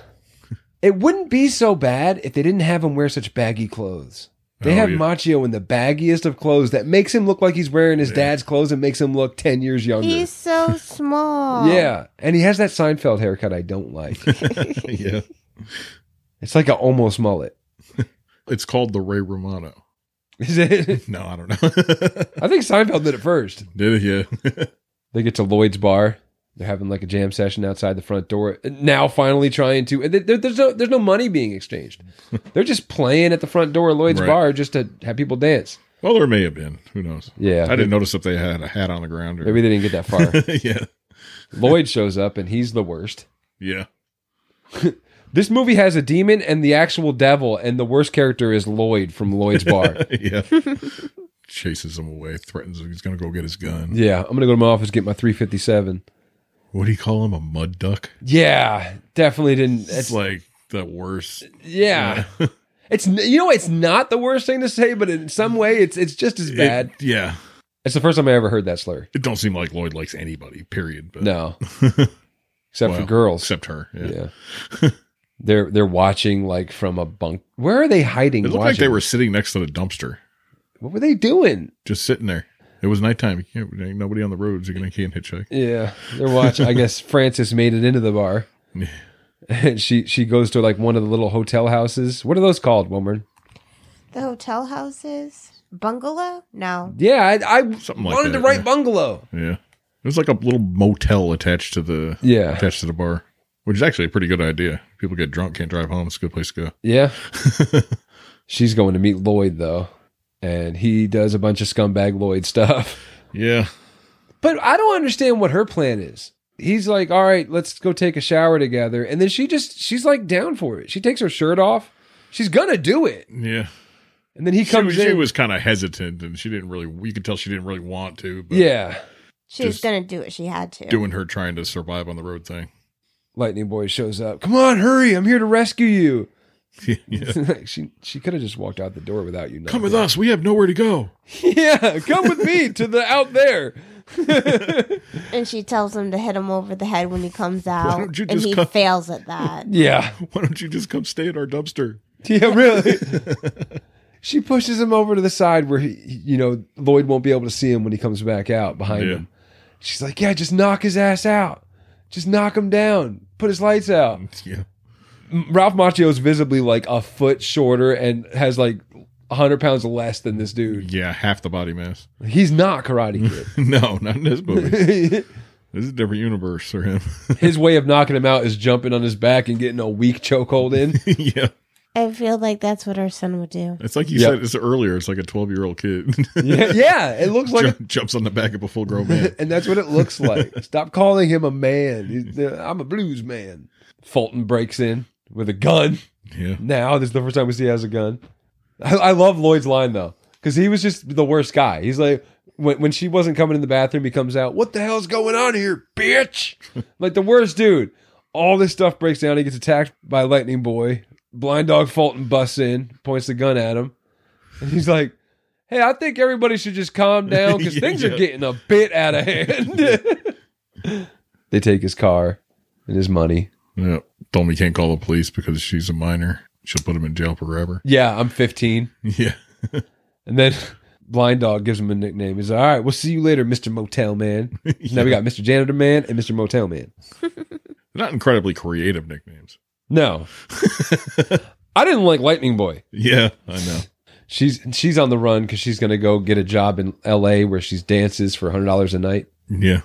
S6: it wouldn't be so bad if they didn't have him wear such baggy clothes. They
S3: Oh,
S6: have
S3: yeah.
S6: Machio in the baggiest of clothes that makes him look like he's wearing his dad's clothes and makes him look ten years younger.
S2: He's so small.
S6: yeah, and he has that Seinfeld haircut I don't like.
S3: yeah.
S6: It's like an almost mullet.
S3: It's called the Ray Romano.
S6: Is it?
S3: No, I don't know.
S6: I think Seinfeld did it first.
S3: Did it? Yeah.
S6: They get to Lloyd's bar. They're having like a jam session outside the front door. Now finally trying to. and there- there's no there's no money being exchanged. They're just playing at the front door of Lloyd's
S3: Right.
S6: bar just to have people dance.
S3: well, there may have been. Who knows?
S6: Yeah,
S3: I didn't notice if they had a hat on the ground or
S6: Maybe they didn't get that far.
S3: yeah.
S6: Lloyd shows up and he's the worst.
S3: Yeah.
S6: This movie has a demon and the actual devil, and the worst character is Lloyd from Lloyd's bar.
S3: Yeah. Chases him away, threatens him. He's going to go get his gun.
S6: yeah, I'm gonna go to my office get my 357.
S3: What do you call him? A mud duck?
S6: Yeah, definitely didn't.
S3: It's
S6: It's
S3: like the worst.
S6: Yeah. it's you know it's not the worst thing to say, but in some way it's it's just as bad.
S3: It- yeah.
S6: it's the first time I ever heard that slur.
S3: It don't seem like Lloyd likes anybody, period. But,
S6: No. Except
S3: well,
S6: for girls.
S3: Except her. Yeah.
S6: yeah. they're they're watching like from a bunk. Where are they hiding?
S3: It looked like
S6: watching?
S3: they were sitting next to the dumpster,
S6: What were they doing?
S3: just sitting there. It was nighttime. You can't, there ain't nobody on the roads. You can't hitchhike.
S6: Yeah, they're watching. I guess Francis made it into the bar,
S3: Yeah.
S6: and she she goes to like one of the little hotel houses. What are those called, Wilmer?
S2: The hotel houses? Bungalow? No.
S6: Yeah, I, I
S3: Something like
S6: wanted
S3: that,
S6: to write
S3: yeah.
S6: bungalow.
S3: Yeah. It was like a little motel attached to the
S6: Yeah.
S3: attached to the bar, which is actually a pretty good idea. People get drunk, can't drive home. It's a good place to go.
S6: Yeah. She's going to meet Lloyd though, and he does a bunch of scumbag Lloyd stuff.
S3: Yeah.
S6: But I don't understand what her plan is. He's like, "All right, let's go take a shower together." And then she just she's like down for it. She takes her shirt off. She's going to do it.
S3: Yeah.
S6: And then he
S3: She
S6: comes
S3: was, she
S6: in.
S3: was kind of hesitant and she didn't really, you could tell she didn't really want to. But
S6: yeah.
S2: She was
S3: Just
S2: gonna do what she had to.
S3: doing her trying to survive on the road thing.
S6: Lightning Boy shows up. Come on, hurry! I'm here to rescue you.
S3: yeah.
S6: Like, she she could have just walked out the door without you.
S3: Come
S6: knocking.
S3: with us. We have nowhere to go.
S6: yeah, come with me to the out there.
S2: and she tells him to hit him over the head when he comes out,
S3: don't you
S2: and
S3: just
S2: he
S3: come-
S2: fails at that.
S6: Yeah,
S3: Why don't you just come stay at our dumpster?
S6: yeah, really. she pushes him over to the side where he, you know, Lloyd won't be able to see him when he comes back out behind
S3: Yeah.
S6: him. She's like, yeah, just knock his ass out. Just knock him down. Put his lights out.
S3: Yeah.
S6: Ralph Macchio is visibly like a foot shorter and has like 100 pounds less than this dude.
S3: Yeah, half the body mass.
S6: He's not Karate Kid.
S3: no, not in this movie. this is a different universe for him.
S6: his way of knocking him out is jumping on his back and getting a weak chokehold in.
S3: yeah.
S2: I feel like that's what our son would do.
S3: It's like you
S6: Yep.
S3: said it's earlier. It's like a 12 year old kid
S6: Yeah, yeah, it looks like,
S3: Jump- jumps on the back of a full grown man.
S6: and that's what it looks like. Stop calling him a man. He's- I'm a blues man. Fulton breaks in with a gun.
S3: Yeah.
S6: Now this is the first time we see he has a gun. I, I love Lloyd's line though, because he was just the worst guy. He's like, when when she wasn't coming in the bathroom, he comes out. What the hell's going on here, bitch? like the worst dude. All this stuff breaks down. He gets attacked by Lightning Boy. Blind Dog Fulton busts in, points the gun at him, and he's like. Hey, I think everybody should just calm down because
S3: Yeah,
S6: things
S3: yeah.
S6: are getting a bit out of hand. they take his car and his money.
S3: Yeah. Domi can't call the police because she's a minor. She'll put him in jail forever.
S6: Yeah, I'm 15.
S3: Yeah.
S6: And then Blind Dog gives him a nickname. He's like, all right, we'll see you later, Mr. Motel Man. Now we got Mr. Janitor Man and Mr. Motel Man.
S3: Not incredibly creative nicknames.
S6: No. I didn't like Lightning Boy.
S3: Yeah, I know.
S6: She's she's on the run because she's gonna go get a job in L.A. where she's dances for hundred dollars a night.
S3: Yeah.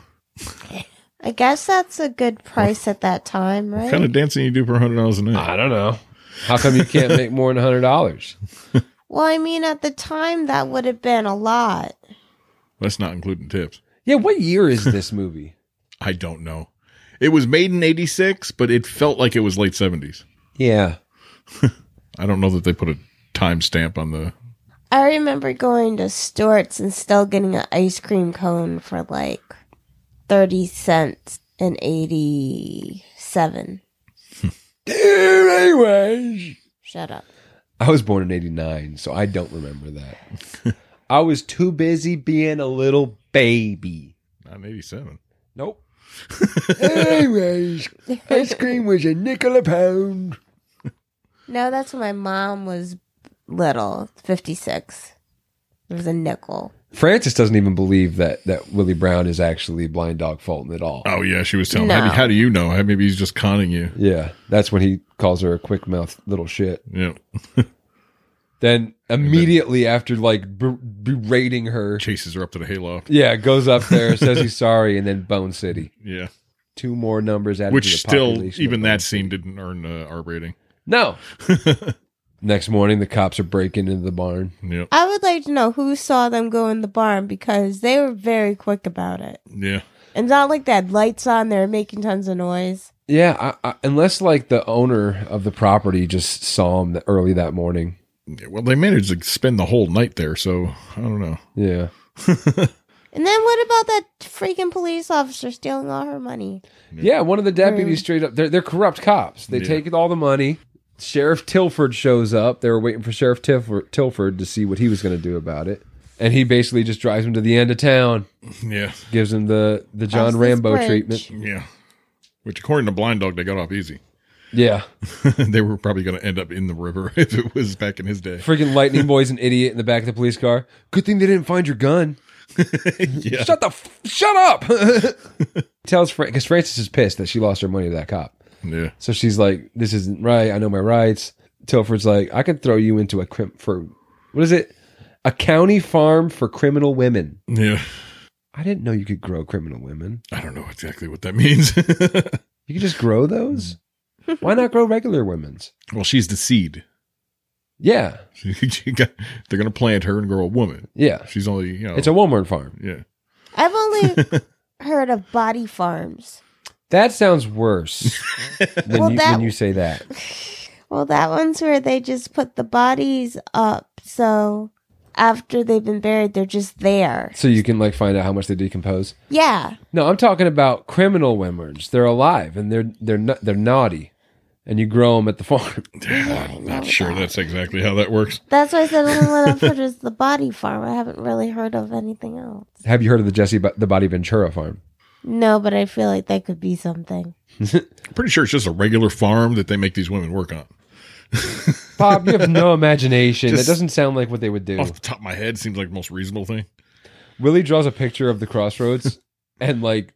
S2: I guess that's a good price at that time,
S3: What
S2: right?
S3: kind of dancing you do for hundred dollars a night?
S6: I don't know. How come you can't make more than hundred dollars?
S2: Well, I mean, at the time that would have been a lot.
S3: That's not including tips.
S6: Yeah, what year is this movie?
S3: I don't know. It was made in eighty six, but it felt like it was late seventies.
S6: Yeah,
S3: I don't know that they put a time stamp on the
S2: I remember going to Stewart's and still getting an ice cream cone for like 30 cents and 87.
S6: dude. Anyways,
S2: Shut up.
S6: I was born in 89, so I don't remember that. I was too busy being a little baby.
S3: not eighty seven.
S6: Nope. Anyways, ice cream was a nickel a pound.
S2: No, that's when my mom was little, 56. It was a nickel.
S6: Francis doesn't even believe that that Willie Brown is actually Blind Dog Fulton at all.
S3: Oh yeah, she was telling.
S2: No.
S3: How, do, how do you know? How- Maybe he's just conning you.
S6: Yeah, that's when he calls her a quick mouth little shit.
S3: Yeah,
S6: Then immediately after like ber- berating her,
S3: chases her up to the hayloft.
S6: yeah, goes up there, says he's sorry, and then Bone City.
S3: Yeah,
S6: Two more numbers added. to the
S3: which still
S6: population of
S3: even
S6: Bone
S3: that scene didn't earn uh, R rating.
S6: No. Next morning, the cops are breaking into the barn.
S3: Yeah,
S2: I would like to know who saw them go in the barn because they were very quick about it.
S3: yeah.
S2: And it's not like they had lights on, they were making tons of noise.
S6: Yeah, I, I, unless like the owner of the property just saw him early that morning.
S3: Yeah, Well, they managed to spend the whole night there, so I don't know.
S6: Yeah.
S2: And then what about that freaking police officer stealing all her money?
S6: Yeah, one of the deputies straight up. They're, they're corrupt cops. They
S3: Yeah.
S6: take all the money. Sheriff Tilford shows up. They were waiting for Sheriff Tilford, Tilford to see what he was going to do about it. And he basically just drives him to the end of town,
S3: Yeah,
S6: gives him the, the John
S2: Cross this
S6: Rambo
S2: bridge.
S6: treatment.
S3: yeah. Which, according to Blind Dog, they got off easy.
S6: Yeah.
S3: they were probably going to end up in the river if it was back in his day.
S6: Freaking Lightning Boy's an idiot in the back of the police car. Good thing they didn't find your gun.
S3: yeah.
S6: Shut the f- shut up. Tells Fran because Frances is pissed that she lost her money to that cop.
S3: Yeah.
S6: So she's like, "This isn't right. I know my rights." Tilford's like, "I could throw you into a crim- for what is it? A county farm for criminal women."
S3: Yeah.
S6: I didn't know you could grow criminal women.
S3: I don't know exactly what that means.
S6: You could just grow those. Why not grow regular women's?
S3: well, she's the seed.
S6: Yeah,
S3: She got- they're going to plant her and grow a woman.
S6: yeah.
S3: She's only, you know.
S6: It's a Walmart farm.
S3: yeah.
S2: I've only heard of body farms.
S6: That sounds worse when,
S2: Well,
S6: you,
S2: that-
S6: when you say that.
S2: Well, that one's where they just put the bodies up. So after they've been buried, they're just there.
S6: So you can like find out how much they decompose.
S2: Yeah.
S6: No, I'm talking about criminal Wimmerns. They're alive and they're they're na- they're naughty, and you grow them at the farm.
S3: I'm not sure that's exactly how that works.
S2: That's why I said the only one I've heard is the body farm. I haven't really heard of anything else.
S6: Have you heard of the Jesse Bo- the Body Ventura farm?
S2: No, but I feel like that could be something.
S3: I'm pretty sure it's just a regular farm that they make these women work on.
S6: Bob, you have no imagination.
S3: Just- Oh.
S6: that doesn't sound like what they would do.
S3: Off the top of my head, seems like the most reasonable thing.
S6: Willie draws a picture of the crossroads and like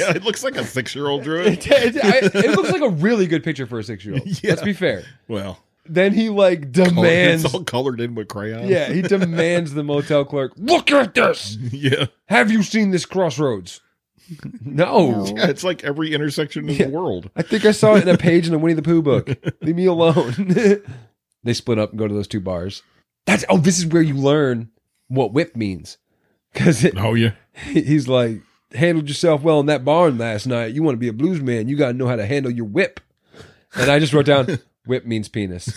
S3: yeah, it looks like a six year old drew
S6: It,
S3: it.
S6: it- I- it looks like a really good picture for a six year old.
S3: Yeah.
S6: Let's be fair.
S3: Well,
S6: Then he like
S3: colored-
S6: demands.
S3: it's all colored in with crayons.
S6: Yeah, he demands the motel clerk. Look at this.
S3: yeah.
S6: Have you seen this crossroads? No.
S2: No.
S3: Yeah, it's like every intersection in
S6: Yeah.
S3: the world.
S6: I think I saw it in a page in a Winnie the Pooh book. Leave me alone. they split up and go to those two bars. That's oh, this is where you learn what whip means. Because
S3: Oh yeah,
S6: he's like, handled yourself well in that barn last night. You want to be a blues man, you gotta know how to handle your whip. And I just wrote down whip means penis.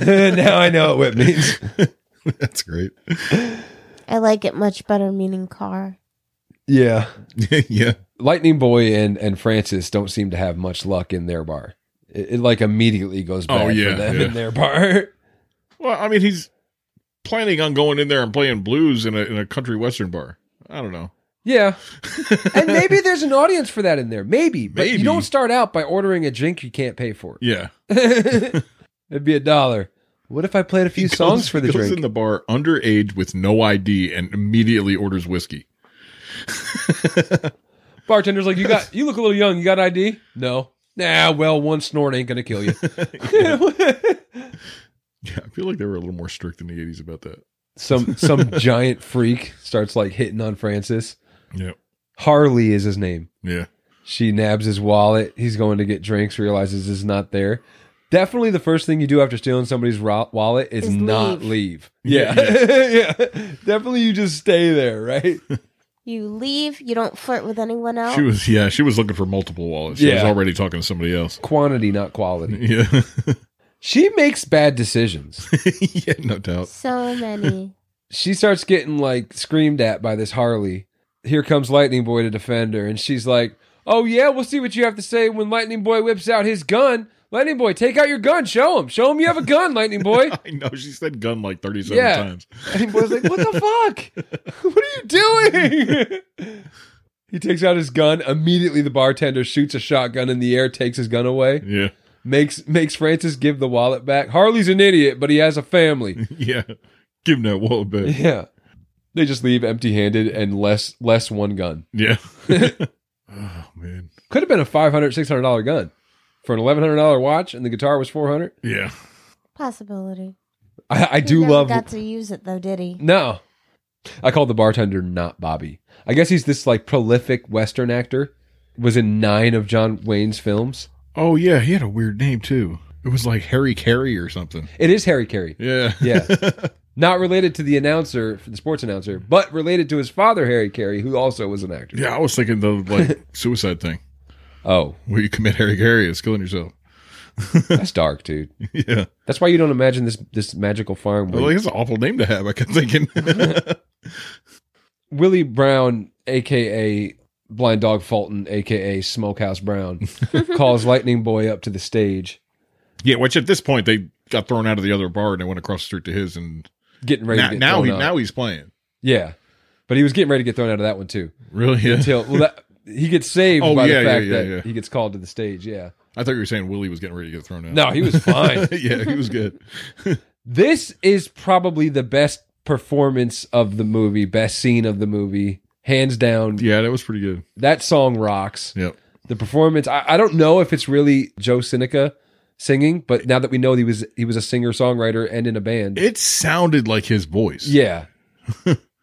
S6: now I know what whip means.
S3: that's great.
S2: I like it much better meaning car.
S6: Yeah.
S3: yeah,
S6: Lightning Boy and and Francis don't seem to have much luck in their bar. It, it like immediately goes
S3: Oh,
S6: bad
S3: yeah,
S6: for them
S3: yeah.
S6: in their bar.
S3: Well, I mean, he's planning on going in there and playing blues in a in a country western bar. I don't know.
S6: yeah, and maybe there's an audience for that in there. Maybe, but
S3: Maybe.
S6: you don't start out by ordering a drink you can't pay for.
S3: Yeah,
S6: It'd be a dollar. What if I played a few
S3: He
S6: songs
S3: goes-
S6: for the
S3: goes
S6: drink?
S3: in the bar underage with no ID and immediately orders whiskey.
S6: Bartender's like, you got, you look a little young. You got ID? No. Nah. Well, one snort ain't gonna kill you.
S3: Yeah, I feel like they were a little more strict in the eighties about that.
S6: some some giant freak starts like hitting on Francis.
S3: Yeah,
S6: Harley is his name.
S3: yeah,
S6: She nabs his wallet. He's going to get drinks, realizes it's not there. Definitely the first thing you do after stealing somebody's ro- wallet is,
S2: Is
S6: not leave. Yeah. yeah. Definitely you just stay there, right?
S2: You leave, you don't flirt with anyone else.
S3: she was. Yeah, she was looking for multiple wallets. She was
S6: Yeah.
S3: already talking to somebody else.
S6: Quantity, not quality.
S3: Yeah,
S6: She makes bad decisions.
S3: yeah, no doubt.
S2: So many.
S6: she starts getting like screamed at by this Harley. Here comes Lightning Boy to defend her, and she's like, "Oh yeah, we'll see what you have to say when Lightning Boy whips out his gun. Lightning Boy, take out your gun. Show him. Show him you have a gun, Lightning Boy."
S3: I know she said gun like thirty-seven
S6: Yeah.
S3: times.
S6: And he was like, "What the fuck? What are you doing?" he takes out his gun. Immediately, the bartender shoots a shotgun in the air, takes his gun away,
S3: Yeah,
S6: makes makes Francis give the wallet back. Harley's an idiot, but he has a family.
S3: yeah. Give him that wallet back.
S6: yeah, they just leave empty handed and less less one gun.
S3: Yeah. oh man.
S6: Could have been a $500, $600 dollar gun for an eleven hundred dollar watch, and the guitar was four hundred.
S3: Yeah.
S2: Possibility.
S6: I, I
S2: He
S6: do
S2: never
S6: love
S2: got to use it though, did he?
S6: no. I called the bartender not Bobby. I guess he's this like prolific Western actor. Was in nine of John Wayne's films.
S3: Oh yeah, he had a weird name too. It was like Harry Carey or something.
S6: It is Harry Carey.
S3: Yeah.
S6: Yeah. Not related to the announcer, the sports announcer, but related to his father, Harry Carey, who also was an actor.
S3: Yeah, I was thinking the like suicide thing
S6: Oh,
S3: where you commit Harry Carey is killing yourself.
S6: that's dark, dude.
S3: Yeah.
S6: That's why you don't imagine this this magical farm.
S3: Well,
S6: Where
S3: like, that's an awful name to have. I kept thinking.
S6: Willie Brown, aka Blind Dog Fulton, aka Smokehouse Brown, calls Lightning Boy up to the stage,
S3: yeah, which at this point they got thrown out of the other bar and they went across the street to his and
S6: getting ready
S3: now
S6: to get
S3: now,
S6: thrown
S3: he,
S6: out.
S3: now he's playing.
S6: yeah, but he was getting ready to get thrown out of that one too.
S3: Really? Yeah.
S6: Until well, that, he gets saved
S3: Oh,
S6: by
S3: yeah,
S6: the
S3: yeah,
S6: fact
S3: yeah,
S6: that
S3: yeah.
S6: he gets called to the stage. Yeah,
S3: I thought you were saying Willie was getting ready to get thrown out.
S6: no, he was fine.
S3: yeah, he was good.
S6: this is probably the best performance of the movie, best scene of the movie, hands down.
S3: Yeah, that was pretty good.
S6: That song rocks.
S3: Yep.
S6: the performance I, I don't know if it's really joe sinica singing but now that we know he was he was a singer songwriter and in a band
S3: It sounded like his voice.
S6: yeah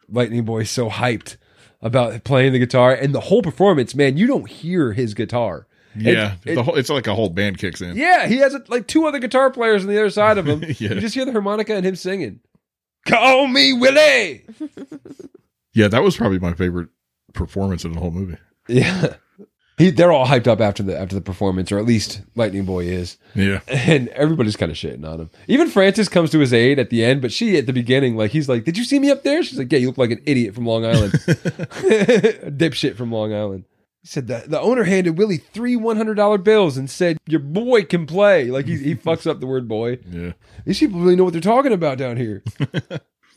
S6: lightning boy's so hyped about playing the guitar and the whole performance man you don't hear his guitar
S3: Yeah.
S6: It-
S3: the whole, it's like a whole band kicks in.
S6: yeah he has like two other guitar players on the other side of him
S3: Yeah.
S6: you just hear the harmonica and him singing call me willie
S3: Yeah, that was probably my favorite performance in the whole movie.
S6: yeah He, they're all hyped up after the after the performance, or at least Lightning Boy is,
S3: Yeah.
S6: and everybody's kind of shitting on him. Even Francis comes to his aid at the end, but she at the beginning, like he's like, "Did you see me up there?" She's like, "Yeah, you look like an idiot from Long Island, a dipshit from Long Island." He said the, the owner handed Willie three one hundred dollar bills and said, "Your boy can play." Like he he fucks up the word boy.
S3: Yeah.
S6: These people really know what they're talking about down here.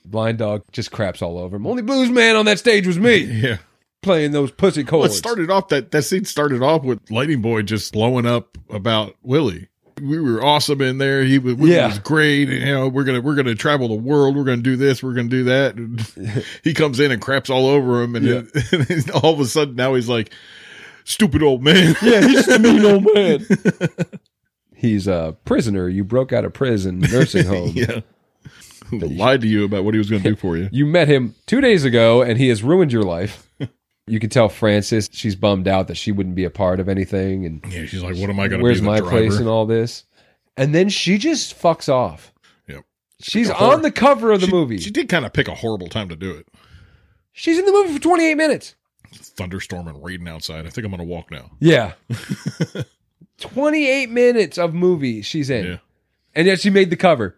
S6: Blind dog just craps all over him. Only blues man on that stage was me
S3: Yeah.
S6: playing those pussy
S3: Well, it
S6: chords.
S3: started off that that scene started off with Lightning Boy just blowing up about Willie. We were awesome in there. He was, Willie
S6: Yeah.
S3: was great. And, you know, we're gonna we're gonna travel the world. We're gonna do this. We're gonna do that. And he comes in and craps all over him, and, then, and all of a sudden now he's like, "Stupid old man."
S6: Yeah, he's just a mean old man. he's a prisoner. You broke out of prison, nursing home.
S3: yeah. Who lied to you about what he was gonna do for you?
S6: You met him two days ago, and he has ruined your life. You can tell Frances she's bummed out that she wouldn't be a part of anything, and
S3: Yeah. She's like, "What am I gonna?
S6: where's
S3: be the
S6: my
S3: driver?
S6: place in all this? And then she just fucks off.
S3: Yep.
S6: She's
S3: horror-
S6: on the cover of the
S3: She-
S6: movie.
S3: She did kind of pick a horrible time to do it.
S6: she's in the movie for 28 minutes.
S3: Thunderstorm and raining outside. I think I'm gonna walk now.
S6: Yeah. 28 minutes of movie she's in.
S3: Yeah.
S6: And yet she made the cover.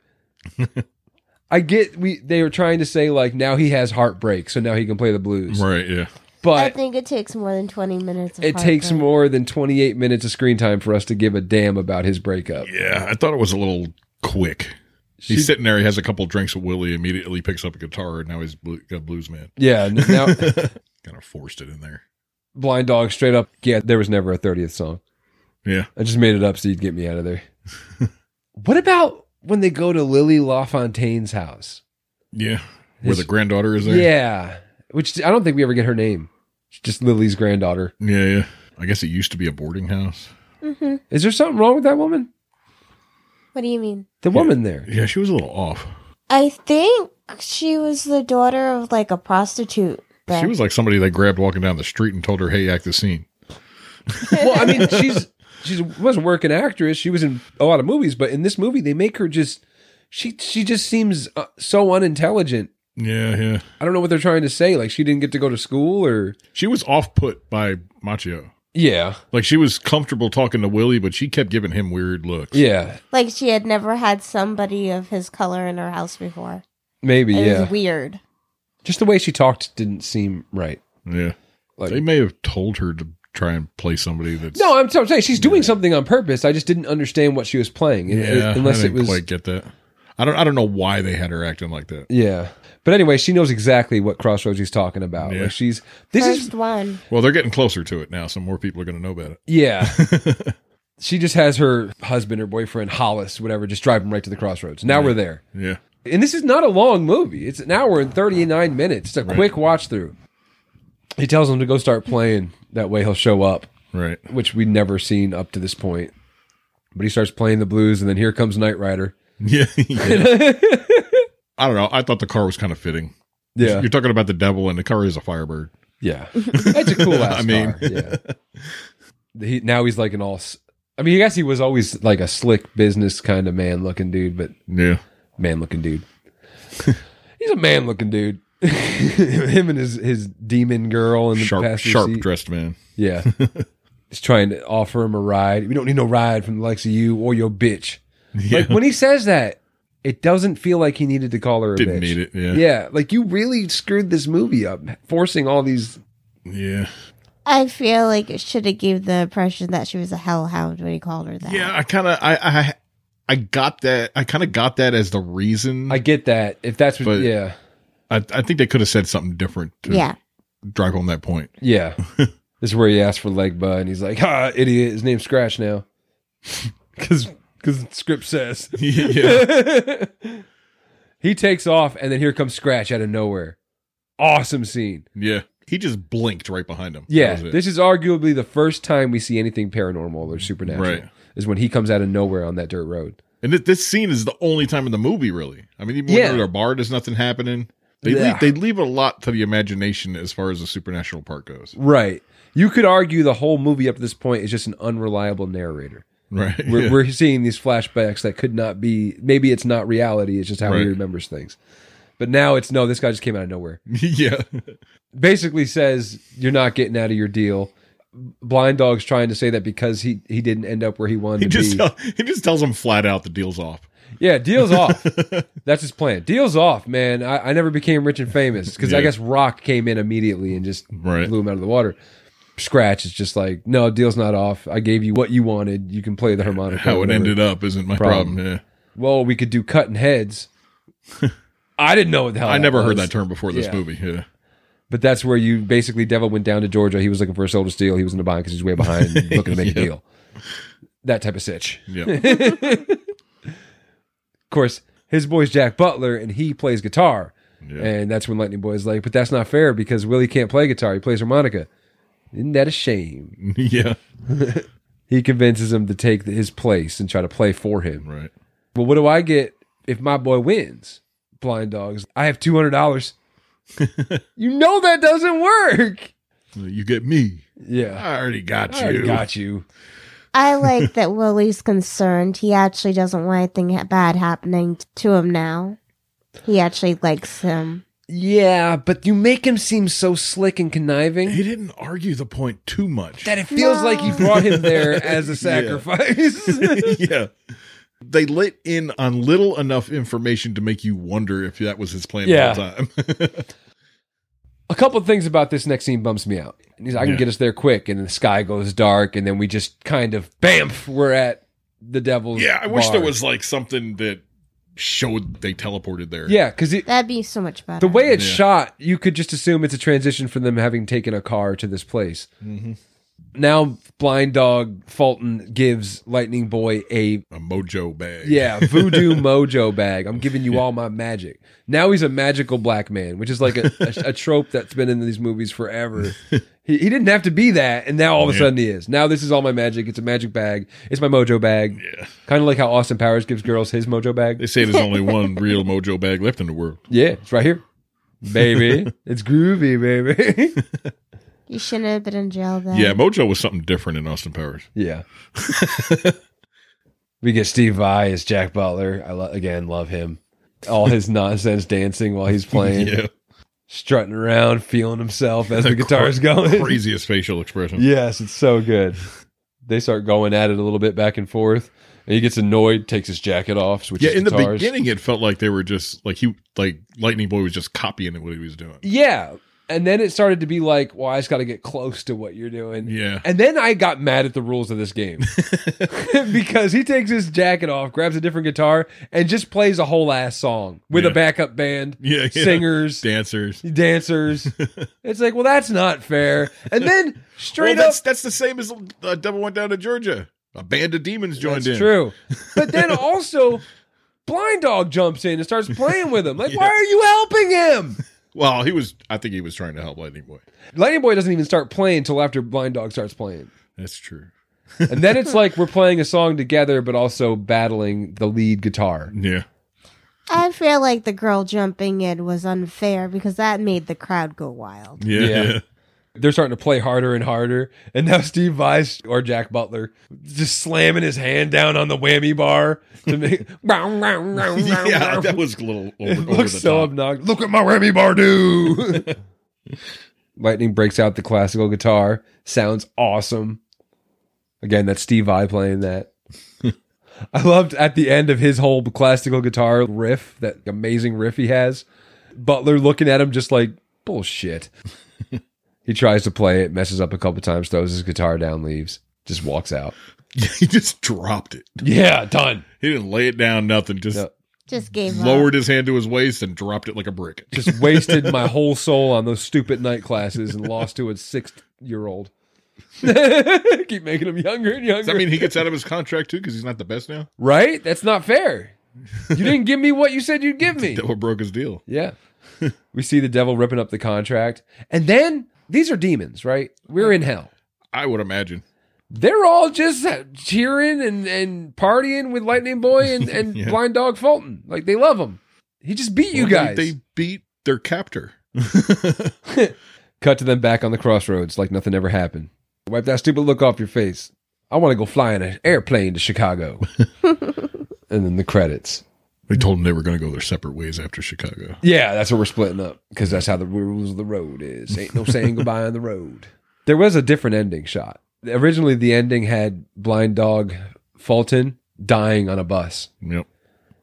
S6: I get we they were trying to say like now he has heartbreak, so now he can play the blues.
S3: Right. Yeah.
S2: I
S6: But
S2: think it takes more than 20 minutes. Of
S6: it takes
S2: heartburn.
S6: more than 28 minutes of screen time for us to give a damn about his breakup.
S3: Yeah, I thought it was a little quick.
S6: She-
S3: he's sitting there. He has a couple drinks with Willie. Immediately picks up a guitar. And now he's blu- a blues man.
S6: Yeah, n- now
S3: Kind of forced it in there.
S6: Blind Dog straight up, yeah, there was never a 30th song.
S3: Yeah,
S6: I just made it up so you'd get me out of there. what about when they go to Lily LaFontaine's house?
S3: yeah. Where the granddaughter is there.
S6: Yeah, which I don't think we ever get her name. It's just Lily's granddaughter.
S3: yeah, yeah. I guess it used to be a boarding house.
S6: Is there something wrong with that woman?
S2: What do you mean?
S6: The woman there.
S3: Yeah, she was a little off.
S2: I think she was the daughter of like a prostitute.
S3: She was like somebody they grabbed walking down the street and told her, "Hey, act the scene."
S6: Well, I mean, she's she wasn't working actress. She was in a lot of movies, but in this movie, they make her just she she just seems uh, so unintelligent.
S3: Yeah, yeah.
S6: I don't know what they're trying to say. Like she didn't get to go to school, or
S3: She was off put by Machio.
S6: yeah,
S3: Like she was comfortable talking to Willie, but she kept giving him weird looks.
S6: yeah,
S2: Like she had never had somebody of his color in her house before.
S6: maybe,
S2: It
S6: yeah.
S2: was weird.
S6: Just the way she talked didn't seem right.
S3: yeah.
S6: Like
S3: They may have told her to try and play somebody that's
S6: no, I'm, I'm saying she's doing something on purpose. I just didn't understand what she was playing, It- it-
S3: Yeah,
S6: unless
S3: I
S6: it
S3: didn't
S6: was
S3: quite get that. I don't. I don't know why they had her acting like that.
S6: Yeah. But anyway, she knows exactly what Crossroads she's talking about.
S3: Yeah.
S6: Like she's this
S2: First
S6: is
S2: one.
S3: Well, they're getting closer to it now, so more people are going to know about it.
S6: yeah. she just has her husband or boyfriend Hollis, whatever, just drive him right to the crossroads. Now we're there.
S3: Yeah,
S6: And this is not a long movie. It's an hour and 39 minutes. It's a quick watch through. He tells him to go start playing. That way he'll show up,
S3: right.
S6: which we'd never seen up to this point. But he starts playing the blues, and then here comes Knight Rider.
S3: Yeah, yeah. I don't know. I thought the car was kind of fitting.
S6: Yeah.
S3: You're talking about the devil, and the car is a Firebird.
S6: Yeah, that's a cool ass
S3: I mean-
S6: car. Yeah. He, now he's like an all. s- I mean, I guess he was always like a slick business kind of man looking dude, but
S3: Yeah,
S6: man looking dude. he's a man looking dude. Him and his his demon girl in the
S3: sharp,
S6: passenger
S3: sharp
S6: seat.
S3: dressed man.
S6: Yeah, he's trying to offer him a ride. We don't need no ride from the likes of you or your bitch.
S3: Yeah,
S6: Like when he says that, it doesn't feel like he needed to call her a
S3: didn't
S6: bitch.
S3: need it. Yeah,
S6: Yeah, like you really screwed this movie up, forcing all these
S3: yeah,
S2: I feel like it should have gave the impression that she was a hellhound when he called her that.
S3: yeah. I kind of, I, I, I got that. I kind of got that as the reason.
S6: I
S3: I,
S6: get that. If that's what,
S3: But-
S6: yeah,
S3: I, think they could have said something different to
S2: Yeah.
S3: drive home that point.
S6: yeah. this is where he asked for leg bud, and he's like, "Ha, idiot! His name's Scratch now, because because script says."
S3: yeah,
S6: he takes off, and then here comes Scratch out of nowhere. Awesome scene.
S3: yeah. He just blinked right behind him. That
S6: Yeah,
S3: was it.
S6: this is arguably the first time we see anything paranormal or supernatural.
S3: Right.
S6: Is when he comes out of nowhere on that dirt road.
S3: And th- this scene is the only time in the movie, really. I mean, even
S6: Yeah.
S3: when they're at a bar, there's nothing happening. They
S6: Yeah.
S3: leave, they leave a lot to the imagination as far as the supernatural part goes,
S6: Right. You could argue the whole movie up to this point is just an unreliable narrator.
S3: right?
S6: we're,
S3: yeah.
S6: we're seeing these flashbacks that could not be maybe it's not reality it's just how he
S3: Right.
S6: remembers things but now it's no this guy just came out of nowhere
S3: yeah,
S6: basically says you're not getting out of your deal blind dog's trying to say that because he he didn't end up where he wanted
S3: He
S6: to
S3: just
S6: be.
S3: tell, he just tells him flat out the deal's off.
S6: Yeah, deals off. That's his plan. Deals off, man. I, I never became rich and famous because I
S3: Yeah.
S6: guess Rock came in immediately and just
S3: Right.
S6: blew him out of the water. Scratch is just like, no, deal's not off. I gave you what you wanted. You can play the harmonica.
S3: How it ended up isn't my problem.
S6: Problem.
S3: Yeah.
S6: Well, we could do cutting heads. I didn't know what the hell.
S3: I never heard
S6: was.
S3: that term before this
S6: Uh, Yeah.
S3: movie. Yeah.
S6: But that's where you basically Devil went down to Georgia. He was looking for a soul to steal. He was in the bind because he's way behind, and looking to make a deal. That type of sitch.
S3: Yeah.
S6: Of course, his boy's Jack Butler, and he plays guitar.
S3: Yeah.
S6: And that's when Lightning Boy's like, "But that's not fair because Willie can't play guitar. He plays harmonica. Isn't that a shame?"
S3: yeah.
S6: He convinces him to take his place and try to play for him.
S3: Right.
S6: Well, what do I get if my boy wins? Blind dogs. I have two hundred dollars. you know that doesn't work.
S3: You get me.
S6: Yeah,
S3: I already got
S6: I
S3: Ah, you.
S6: got you.
S2: I like that Willie's concerned. He actually doesn't want anything ha- bad happening t- to him now. He actually likes him.
S6: Yeah, but you make him seem so slick and conniving
S3: He didn't argue the point too much.
S6: that it feels
S2: No.
S6: like you brought him there as a sacrifice.
S3: yeah. They let in on little enough information to make you wonder if that was his plan
S6: Yeah.
S3: the whole time.
S6: a couple of things about this next scene bumps me out. And he's like, I can
S3: Yeah.
S6: get us there quick, and the sky goes dark, and then we just kind of bamf, we're at the devil's.
S3: yeah, I wish
S6: bar.
S3: there was like something that showed they teleported there.
S6: Yeah, because
S2: That'd be so much better.
S6: the way it's
S3: Yeah.
S6: shot, you could just assume it's a transition from them having taken a car to this place.
S3: Mm-hmm.
S6: Now, Blind Dog Fulton gives Lightning Boy a
S3: A mojo bag.
S6: Yeah, voodoo mojo bag. I'm giving you all my magic. Now he's a magical black man, which is like a, a, a trope that's been in these movies forever. He, he didn't have to be that, and now all of a
S3: Yeah.
S6: sudden he is. Now this is all my magic. It's a magic bag. It's my mojo bag. Kind of like how Austin Powers gives girls his mojo bag.
S3: They say there's only one real mojo bag left in the world.
S6: yeah, it's right here. Baby. it's groovy, baby.
S2: you shouldn't have been in jail
S6: Hmm.
S2: then.
S3: Yeah, mojo was something different in Austin Powers.
S6: Yeah. we get Steve Vai as Jack Butler. I lo- again love him. All his nonsense dancing while he's playing.
S3: Yeah.
S6: strutting around, feeling himself as the guitar's going.
S3: Craziest facial expression.
S6: Yes, it's so good. They start going at it a little bit back and forth, and he gets annoyed, takes his jacket off, switches
S3: Yeah, in the
S6: guitars.
S3: beginning, it felt like they were just like he, like Lightning Boy was just copying what he was doing.
S6: Yeah, and then it started to be like, well, I just got to get close to what you're doing.
S3: Yeah.
S6: and then I got mad at the rules of this game because he takes his jacket off, grabs a different guitar, and just plays a whole ass song with a
S3: Yeah.
S6: backup band,
S3: Yeah, yeah.
S6: singers.
S3: Dancers.
S6: Dancers, it's like, well, that's not fair. And then
S3: Well,
S6: straight up,
S3: that's, that's the same as uh, Devil Went Down to Georgia. A band of demons joined in.
S6: That's true. But then also, Blind Dog jumps in and starts playing with him. Like, why are you helping him?
S3: Well, he was. I think he was trying to help Lightning Boy.
S6: Lightning Boy doesn't even start playing till after Blind Dog starts playing.
S3: That's true.
S6: And then it's like we're playing a song together, but also battling the lead guitar.
S3: Yeah.
S2: I feel like the girl jumping in was unfair because that made the crowd go wild.
S3: Yeah.
S6: Yeah.
S3: yeah.
S6: They're starting to play harder and harder. And now Steve Weiss or Jack Butler just slamming his hand down on the whammy bar to make.
S3: Yeah, that was a little over,
S6: It
S3: over
S6: looks
S3: the
S6: so
S3: top.
S6: obnoxious. Look at my Remy Bardu. Lightning breaks out the classical guitar. Sounds awesome. Again, that's Steve Vai playing that. I loved at the end of his whole classical guitar riff, that amazing riff he has. Butler looking at him just like bullshit. he tries to play it, messes up a couple times, throws his guitar down, leaves, just walks out.
S3: he just dropped it.
S6: Yeah, done.
S3: He didn't lay it down, nothing. Just
S6: No.
S2: Just gave
S3: lowered his hand to his waist and dropped it like a brick.
S6: just wasted my whole soul on those stupid night classes and lost to a six year old. Keep making him younger and
S3: Does
S6: younger.
S3: that mean he gets out of his contract too because he's not the best now?
S6: right? That's not fair. You didn't give me what you said you'd give me.
S3: That what broke his deal.
S6: Yeah. We see the devil ripping up the contract. And then these are demons, right? We're in hell.
S3: I would imagine.
S6: They're all just cheering and, and partying with Lightning Boy and, and
S3: Yeah.
S6: Blind Dog Fulton. Like they love him. He just beat you
S3: Well, they-
S6: guys.
S3: They, beat their captor.
S6: Cut to them back on the crossroads like nothing ever happened. Wipe that stupid look off your face. I want to go fly in an airplane to Chicago. and then the credits.
S3: They told him they were going to go their separate ways after Chicago.
S6: Yeah, that's what we're splitting up because that's how the rules of the road is. Ain't no saying goodbye on the road. There was a different ending shot. Originally, the ending had blind dog Fulton dying on a bus.
S3: Yep.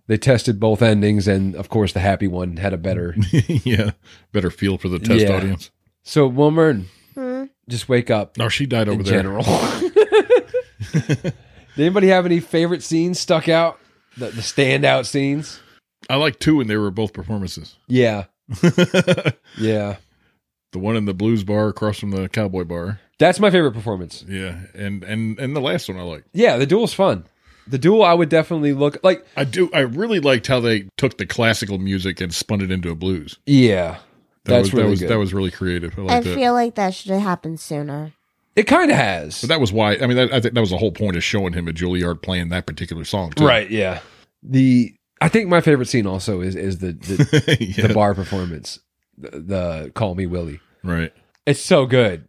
S6: They tested both endings, and of course, the happy one had a better.
S3: yeah. Better feel for the test
S6: Yeah.
S3: audience.
S6: So, Wilmer,
S2: Hmm.
S6: just wake up
S3: No, she died over
S6: in
S3: there.
S6: general. Did anybody have any favorite scenes stuck out? The, the standout scenes?
S3: I like two, and they were both performances.
S6: Yeah.
S3: the
S6: Yeah.
S3: one in the blues bar across from the cowboy bar.
S6: That's my favorite performance.
S3: Yeah, and and and the last one I like.
S6: Yeah, the duel's fun. The duel, I would definitely look like.
S3: I do. I really liked how they took the classical music and spun it into a blues.
S6: Yeah,
S3: That was,
S6: that's really
S3: that was
S6: good.
S3: that was really creative. I
S2: I
S3: like that.
S2: feel like that should have happened sooner.
S6: it kind of has.
S3: but that was why. I mean, that, I think that was the whole point of showing him at Juilliard playing that particular song, too.
S6: right? Yeah. The I think my favorite scene also is is the the,
S3: yeah,
S6: the bar performance, the, the "Call Me Willie."
S3: Right.
S6: It's so good.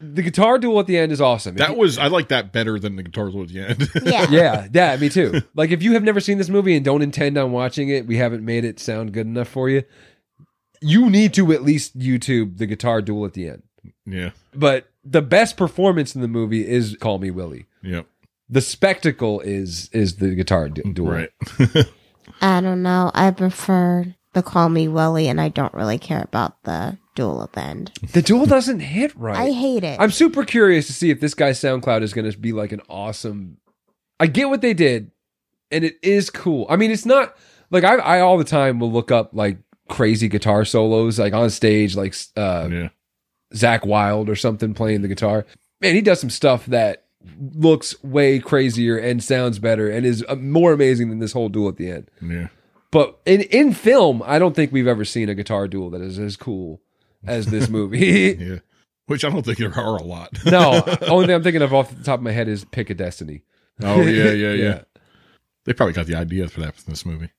S6: the guitar duel at the end is awesome. If
S3: That
S6: you-
S3: was. I like that better than the guitar solo at the end.
S2: Yeah.
S6: yeah, yeah, me too. Like if you have never seen this movie and don't intend on watching it, we haven't made it sound good enough for you. You need to at least YouTube the guitar duel at the end.
S3: yeah.
S6: But the best performance in the movie is "Call Me Willie."
S3: Yep.
S6: the spectacle is is the guitar du- duel.
S3: Right.
S2: I don't know. I prefer the Call Me Willie, and I don't really care about the duel at the end.
S6: The duel doesn't hit
S2: I
S6: right.
S2: hate it.
S6: I'm super curious to see if this guy's SoundCloud is going to be like an awesome. I get what they did, and it is cool. I mean, it's not like I, I all the time will look up like crazy guitar solos like on stage, like uh,
S3: yeah.
S6: Zach Wild or something playing the guitar. Man, he does some stuff that looks way crazier and sounds better and is uh, more amazing than this whole duel at the end.
S3: Yeah.
S6: But in in film, I don't think we've ever seen a guitar duel that is as cool as this movie.
S3: Yeah. Which I don't think there are a lot.
S6: no, only thing I'm thinking of off the top of my head is Pick a Destiny.
S3: oh yeah, yeah, yeah, They probably got the idea for that from this movie.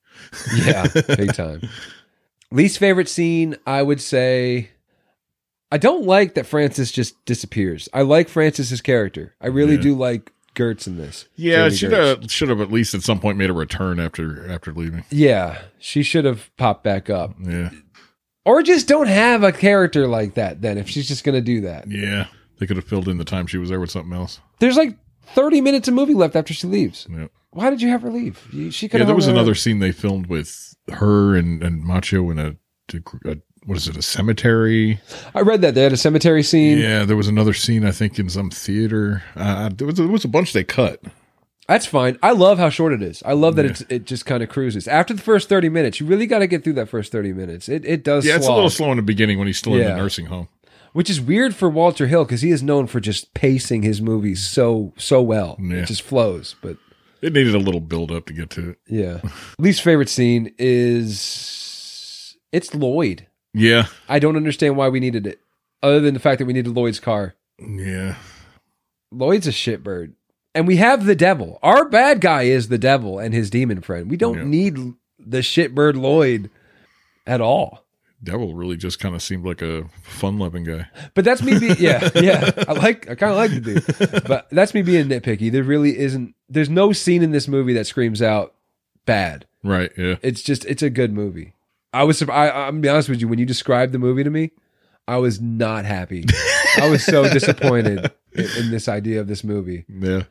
S6: yeah, yeah, big time. Least favorite scene, I would say. I don't like that Francis just disappears. I like Francis's character. I really
S3: Yeah.
S6: do like Gertz in this.
S3: Yeah,
S6: Jamie
S3: should
S6: Gertz.
S3: have should have at least at some point made a return after after leaving.
S6: Yeah, she should have popped back up,
S3: Yeah,
S6: or just don't have a character like that. Then, if she's just gonna do that,
S3: yeah. They could have filled in the time she was there with something else.
S6: there's like 30 minutes of movie left after she leaves.
S3: Yeah,
S6: Why did you have her leave? You- She could
S3: yeah.
S6: have
S3: There
S6: hung
S3: was
S6: around.
S3: another scene they filmed with her and and Macho in a, a what is it a cemetery?
S6: I read that they had a cemetery scene.
S3: Yeah, there was another scene I think in some theater. Uh, there was there was a bunch they cut.
S6: That's fine. I love how short it is. I love that it's, it just kind of cruises. After the first 30 minutes, you really got to get through that first 30 minutes. It, it does
S3: Yeah, it's a
S6: slog,
S3: little slow in the beginning when he's still in
S6: Yeah.
S3: the nursing home.
S6: which is weird for Walter Hill because he is known for just pacing his movies so so well.
S3: Yeah.
S6: It just flows. But
S3: It needed a little build up to get to it.
S6: yeah. Least favorite scene is it's Lloyd.
S3: Yeah,
S6: I don't understand why we needed it other than the fact that we needed Lloyd's car.
S3: yeah.
S6: Lloyd's a shitbird. And we have the devil. Our bad guy is the devil and his demon friend. We don't
S3: Yeah.
S6: need l- the shitbird Lloyd at all.
S3: Devil really just kind of seemed like a fun-loving guy.
S6: But that's me being yeah, yeah. I like I kind of like the dude. But that's me being nitpicky. There really isn't there's no scene in this movie that screams out bad.
S3: Right. Yeah.
S6: It's just it's a good movie. I was surp- I I'm gonna be honest with you when you described the movie to me, I was not happy. I was so disappointed in, in this idea of this movie.
S3: Yeah.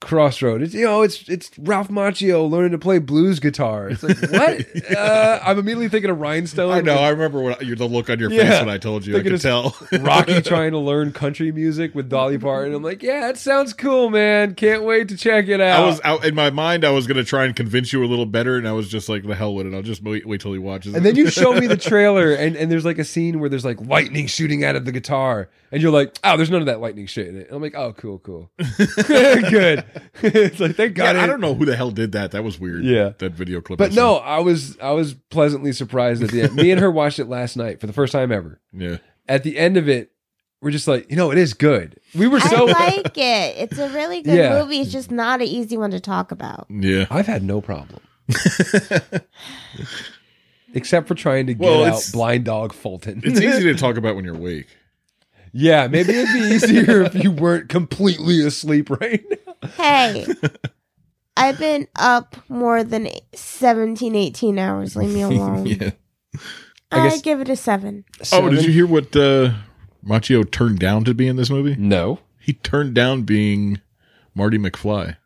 S6: Crossroad. It's you know, it's it's Ralph Macchio learning to play blues guitar. It's like what? uh, I'm immediately thinking of Rhinestone.
S3: I know. I remember what you the look on your
S6: Yeah.
S3: face when I told you.
S6: Thinking
S3: I
S6: it's
S3: could tell.
S6: Rocky trying to learn country music with Dolly Parton. I'm like, yeah, that sounds cool, man. Can't wait to check it out.
S3: I was out in my mind. I was going to try and convince you a little better, and I was just like, "The hell with it! I'll just wait, wait till he watches."
S6: and
S3: it.
S6: then you show me the trailer, and, and there's like a scene where there's like lightning shooting out of the guitar, and you're like, oh, there's none of that lightning shit in it. I'm like, oh, cool, cool, good. it's like thank God.
S3: Yeah,
S6: it-
S3: I don't know who the hell did that. That was weird.
S6: Yeah.
S3: that video clip. I
S6: But
S3: saw.
S6: no, I was I was pleasantly surprised at the end. Me and her watched it last night for the first time ever.
S3: yeah,
S6: at the end of it, we're just like, you know, it is good. We were so.
S2: I like it. It's a really good
S6: Yeah.
S2: movie. It's just not an easy one to talk about.
S3: yeah.
S6: I've had no problem, except for trying to get
S3: Well,
S6: out
S3: it's-
S6: blind dog Fulton.
S3: It's easy to talk about when you're awake.
S6: yeah, maybe it'd be easier if you weren't completely asleep right now.
S2: Hey, I've been up more than 17, 18 hours. Leave me alone.
S3: yeah.
S6: I
S2: I
S6: guess-
S2: give it a seven.
S3: Oh, did you hear what uh, Machio turned down to be in this movie?
S6: No.
S3: He turned down being Marty McFly.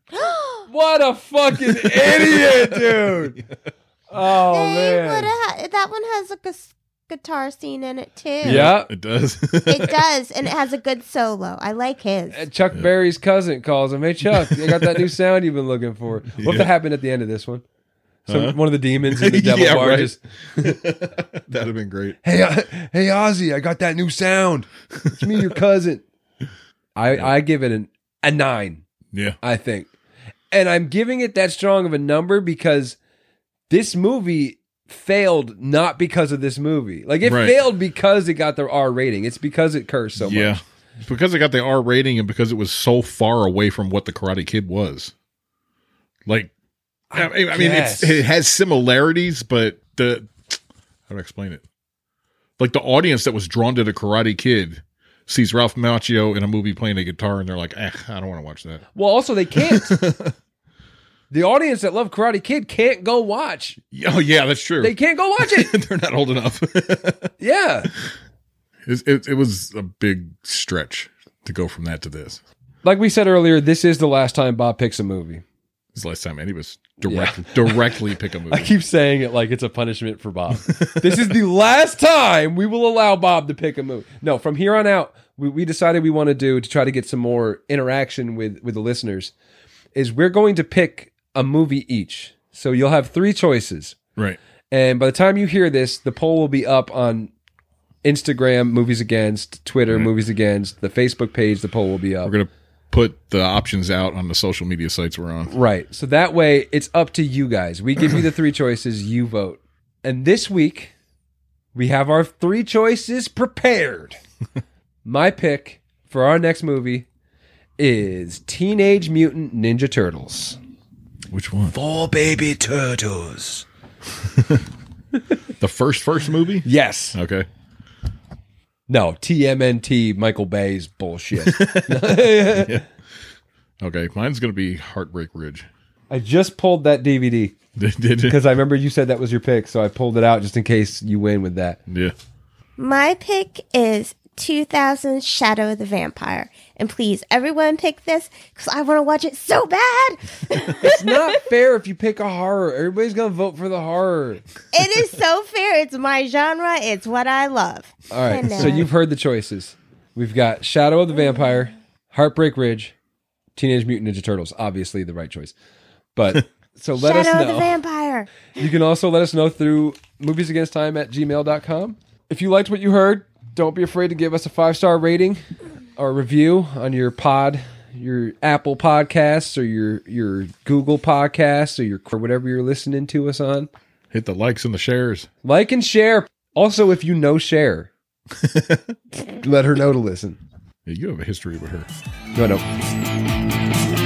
S6: What a fucking idiot, dude. Oh
S2: they would
S6: man.
S2: have. That one has like a s- guitar scene in it too.
S6: Yeah.
S3: It does.
S2: it does, and it has a good solo. I like his.
S6: Uh, Chuck Berry's cousin calls him. Hey Chuck, I got that new sound you've been looking for. What
S3: Yeah.
S6: happened at the end of this one? Some,
S3: Huh?
S6: One of the demons in the
S3: Yeah,
S6: devil bar
S3: right.
S6: just,
S3: That'd have been great.
S6: hey, uh, hey Ozzy, I got that new sound. It's me, your cousin. I I give it an, a nine.
S3: Yeah.
S6: I think. And I'm giving it that strong of a number because this movie failed not because of this movie. Like it
S3: Right.
S6: failed because it got the R rating. It's because it cursed so
S3: yeah.
S6: much.
S3: It's because it got the R rating and because it was so far away from what the Karate Kid was. Like, I, I mean, it's,
S6: guess.
S3: it has similarities, but the how to explain it? Like the audience that was drawn to the Karate Kid sees Ralph Macchio in a movie playing a guitar, and they're like, eh, "I don't want to watch that."
S6: Well, also they can't. the audience that love Karate Kid can't go watch.
S3: Oh yeah, that's true.
S6: They
S3: They-
S6: can't go watch it.
S3: are not old enough. it,
S6: Yeah.
S3: it, it was a big stretch to go from that to this.
S6: Like we said earlier, this is the last time Bob picks a movie.
S3: It's the last time any of us direct, directly pick a
S6: I
S3: movie.
S6: keep saying it like it's a punishment for Bob. this is the last time we will allow Bob to pick a movie. No, from here on out, we, we decided we want to do to try to get some more interaction with with the listeners is we're going to pick a movie each. So you'll have three choices.
S3: Right.
S6: And by the time you hear this, the poll will be up on Instagram, Movies Against, Twitter, Movies Against, the Facebook page, the poll will be up.
S3: We're gonna put the options out on the social media sites we're on.
S6: Right. So that way it's up to you guys. We give you the three choices, you vote. And this week we have our three choices prepared. My pick for our next movie is Teenage Mutant Ninja Turtles.
S3: Which one?
S6: Four baby turtles.
S3: The first first movie?
S6: Yes.
S3: Okay.
S6: No, TMNT Michael Bay's bullshit.
S3: Okay. Mine's gonna be Heartbreak Ridge.
S6: I just pulled that DVD
S3: Did it?
S6: because I remember you said that was your pick, so I pulled it out just in case you win with that.
S3: Yeah.
S2: My pick is 2000 Shadow of the Vampire. And please, everyone pick this because I want to watch it so bad.
S6: It's not fair if you pick a horror. Everybody's going to vote for the horror.
S2: it is so fair. It's my genre, it's what I love. uh,
S6: All right.
S2: Hello.
S6: So you've heard the choices. We've got Shadow of the Vampire, Heartbreak Ridge, Teenage Mutant Ninja Turtles. Obviously, the right choice. But so let
S2: Shadow of
S6: us
S2: the
S6: know.
S2: Vampire.
S6: You can also let us know through moviesagainstTime at gmail.com. If you liked what you heard, don't be afraid to give us a five star rating or review on your pod, your Apple Podcasts or your, your Google Podcasts or your or whatever you're listening to us on.
S3: Hit the likes and the shares.
S6: Like and share. Also, if you know Cher, let her know to listen.
S3: Yeah, you have a history with her.
S6: No, no.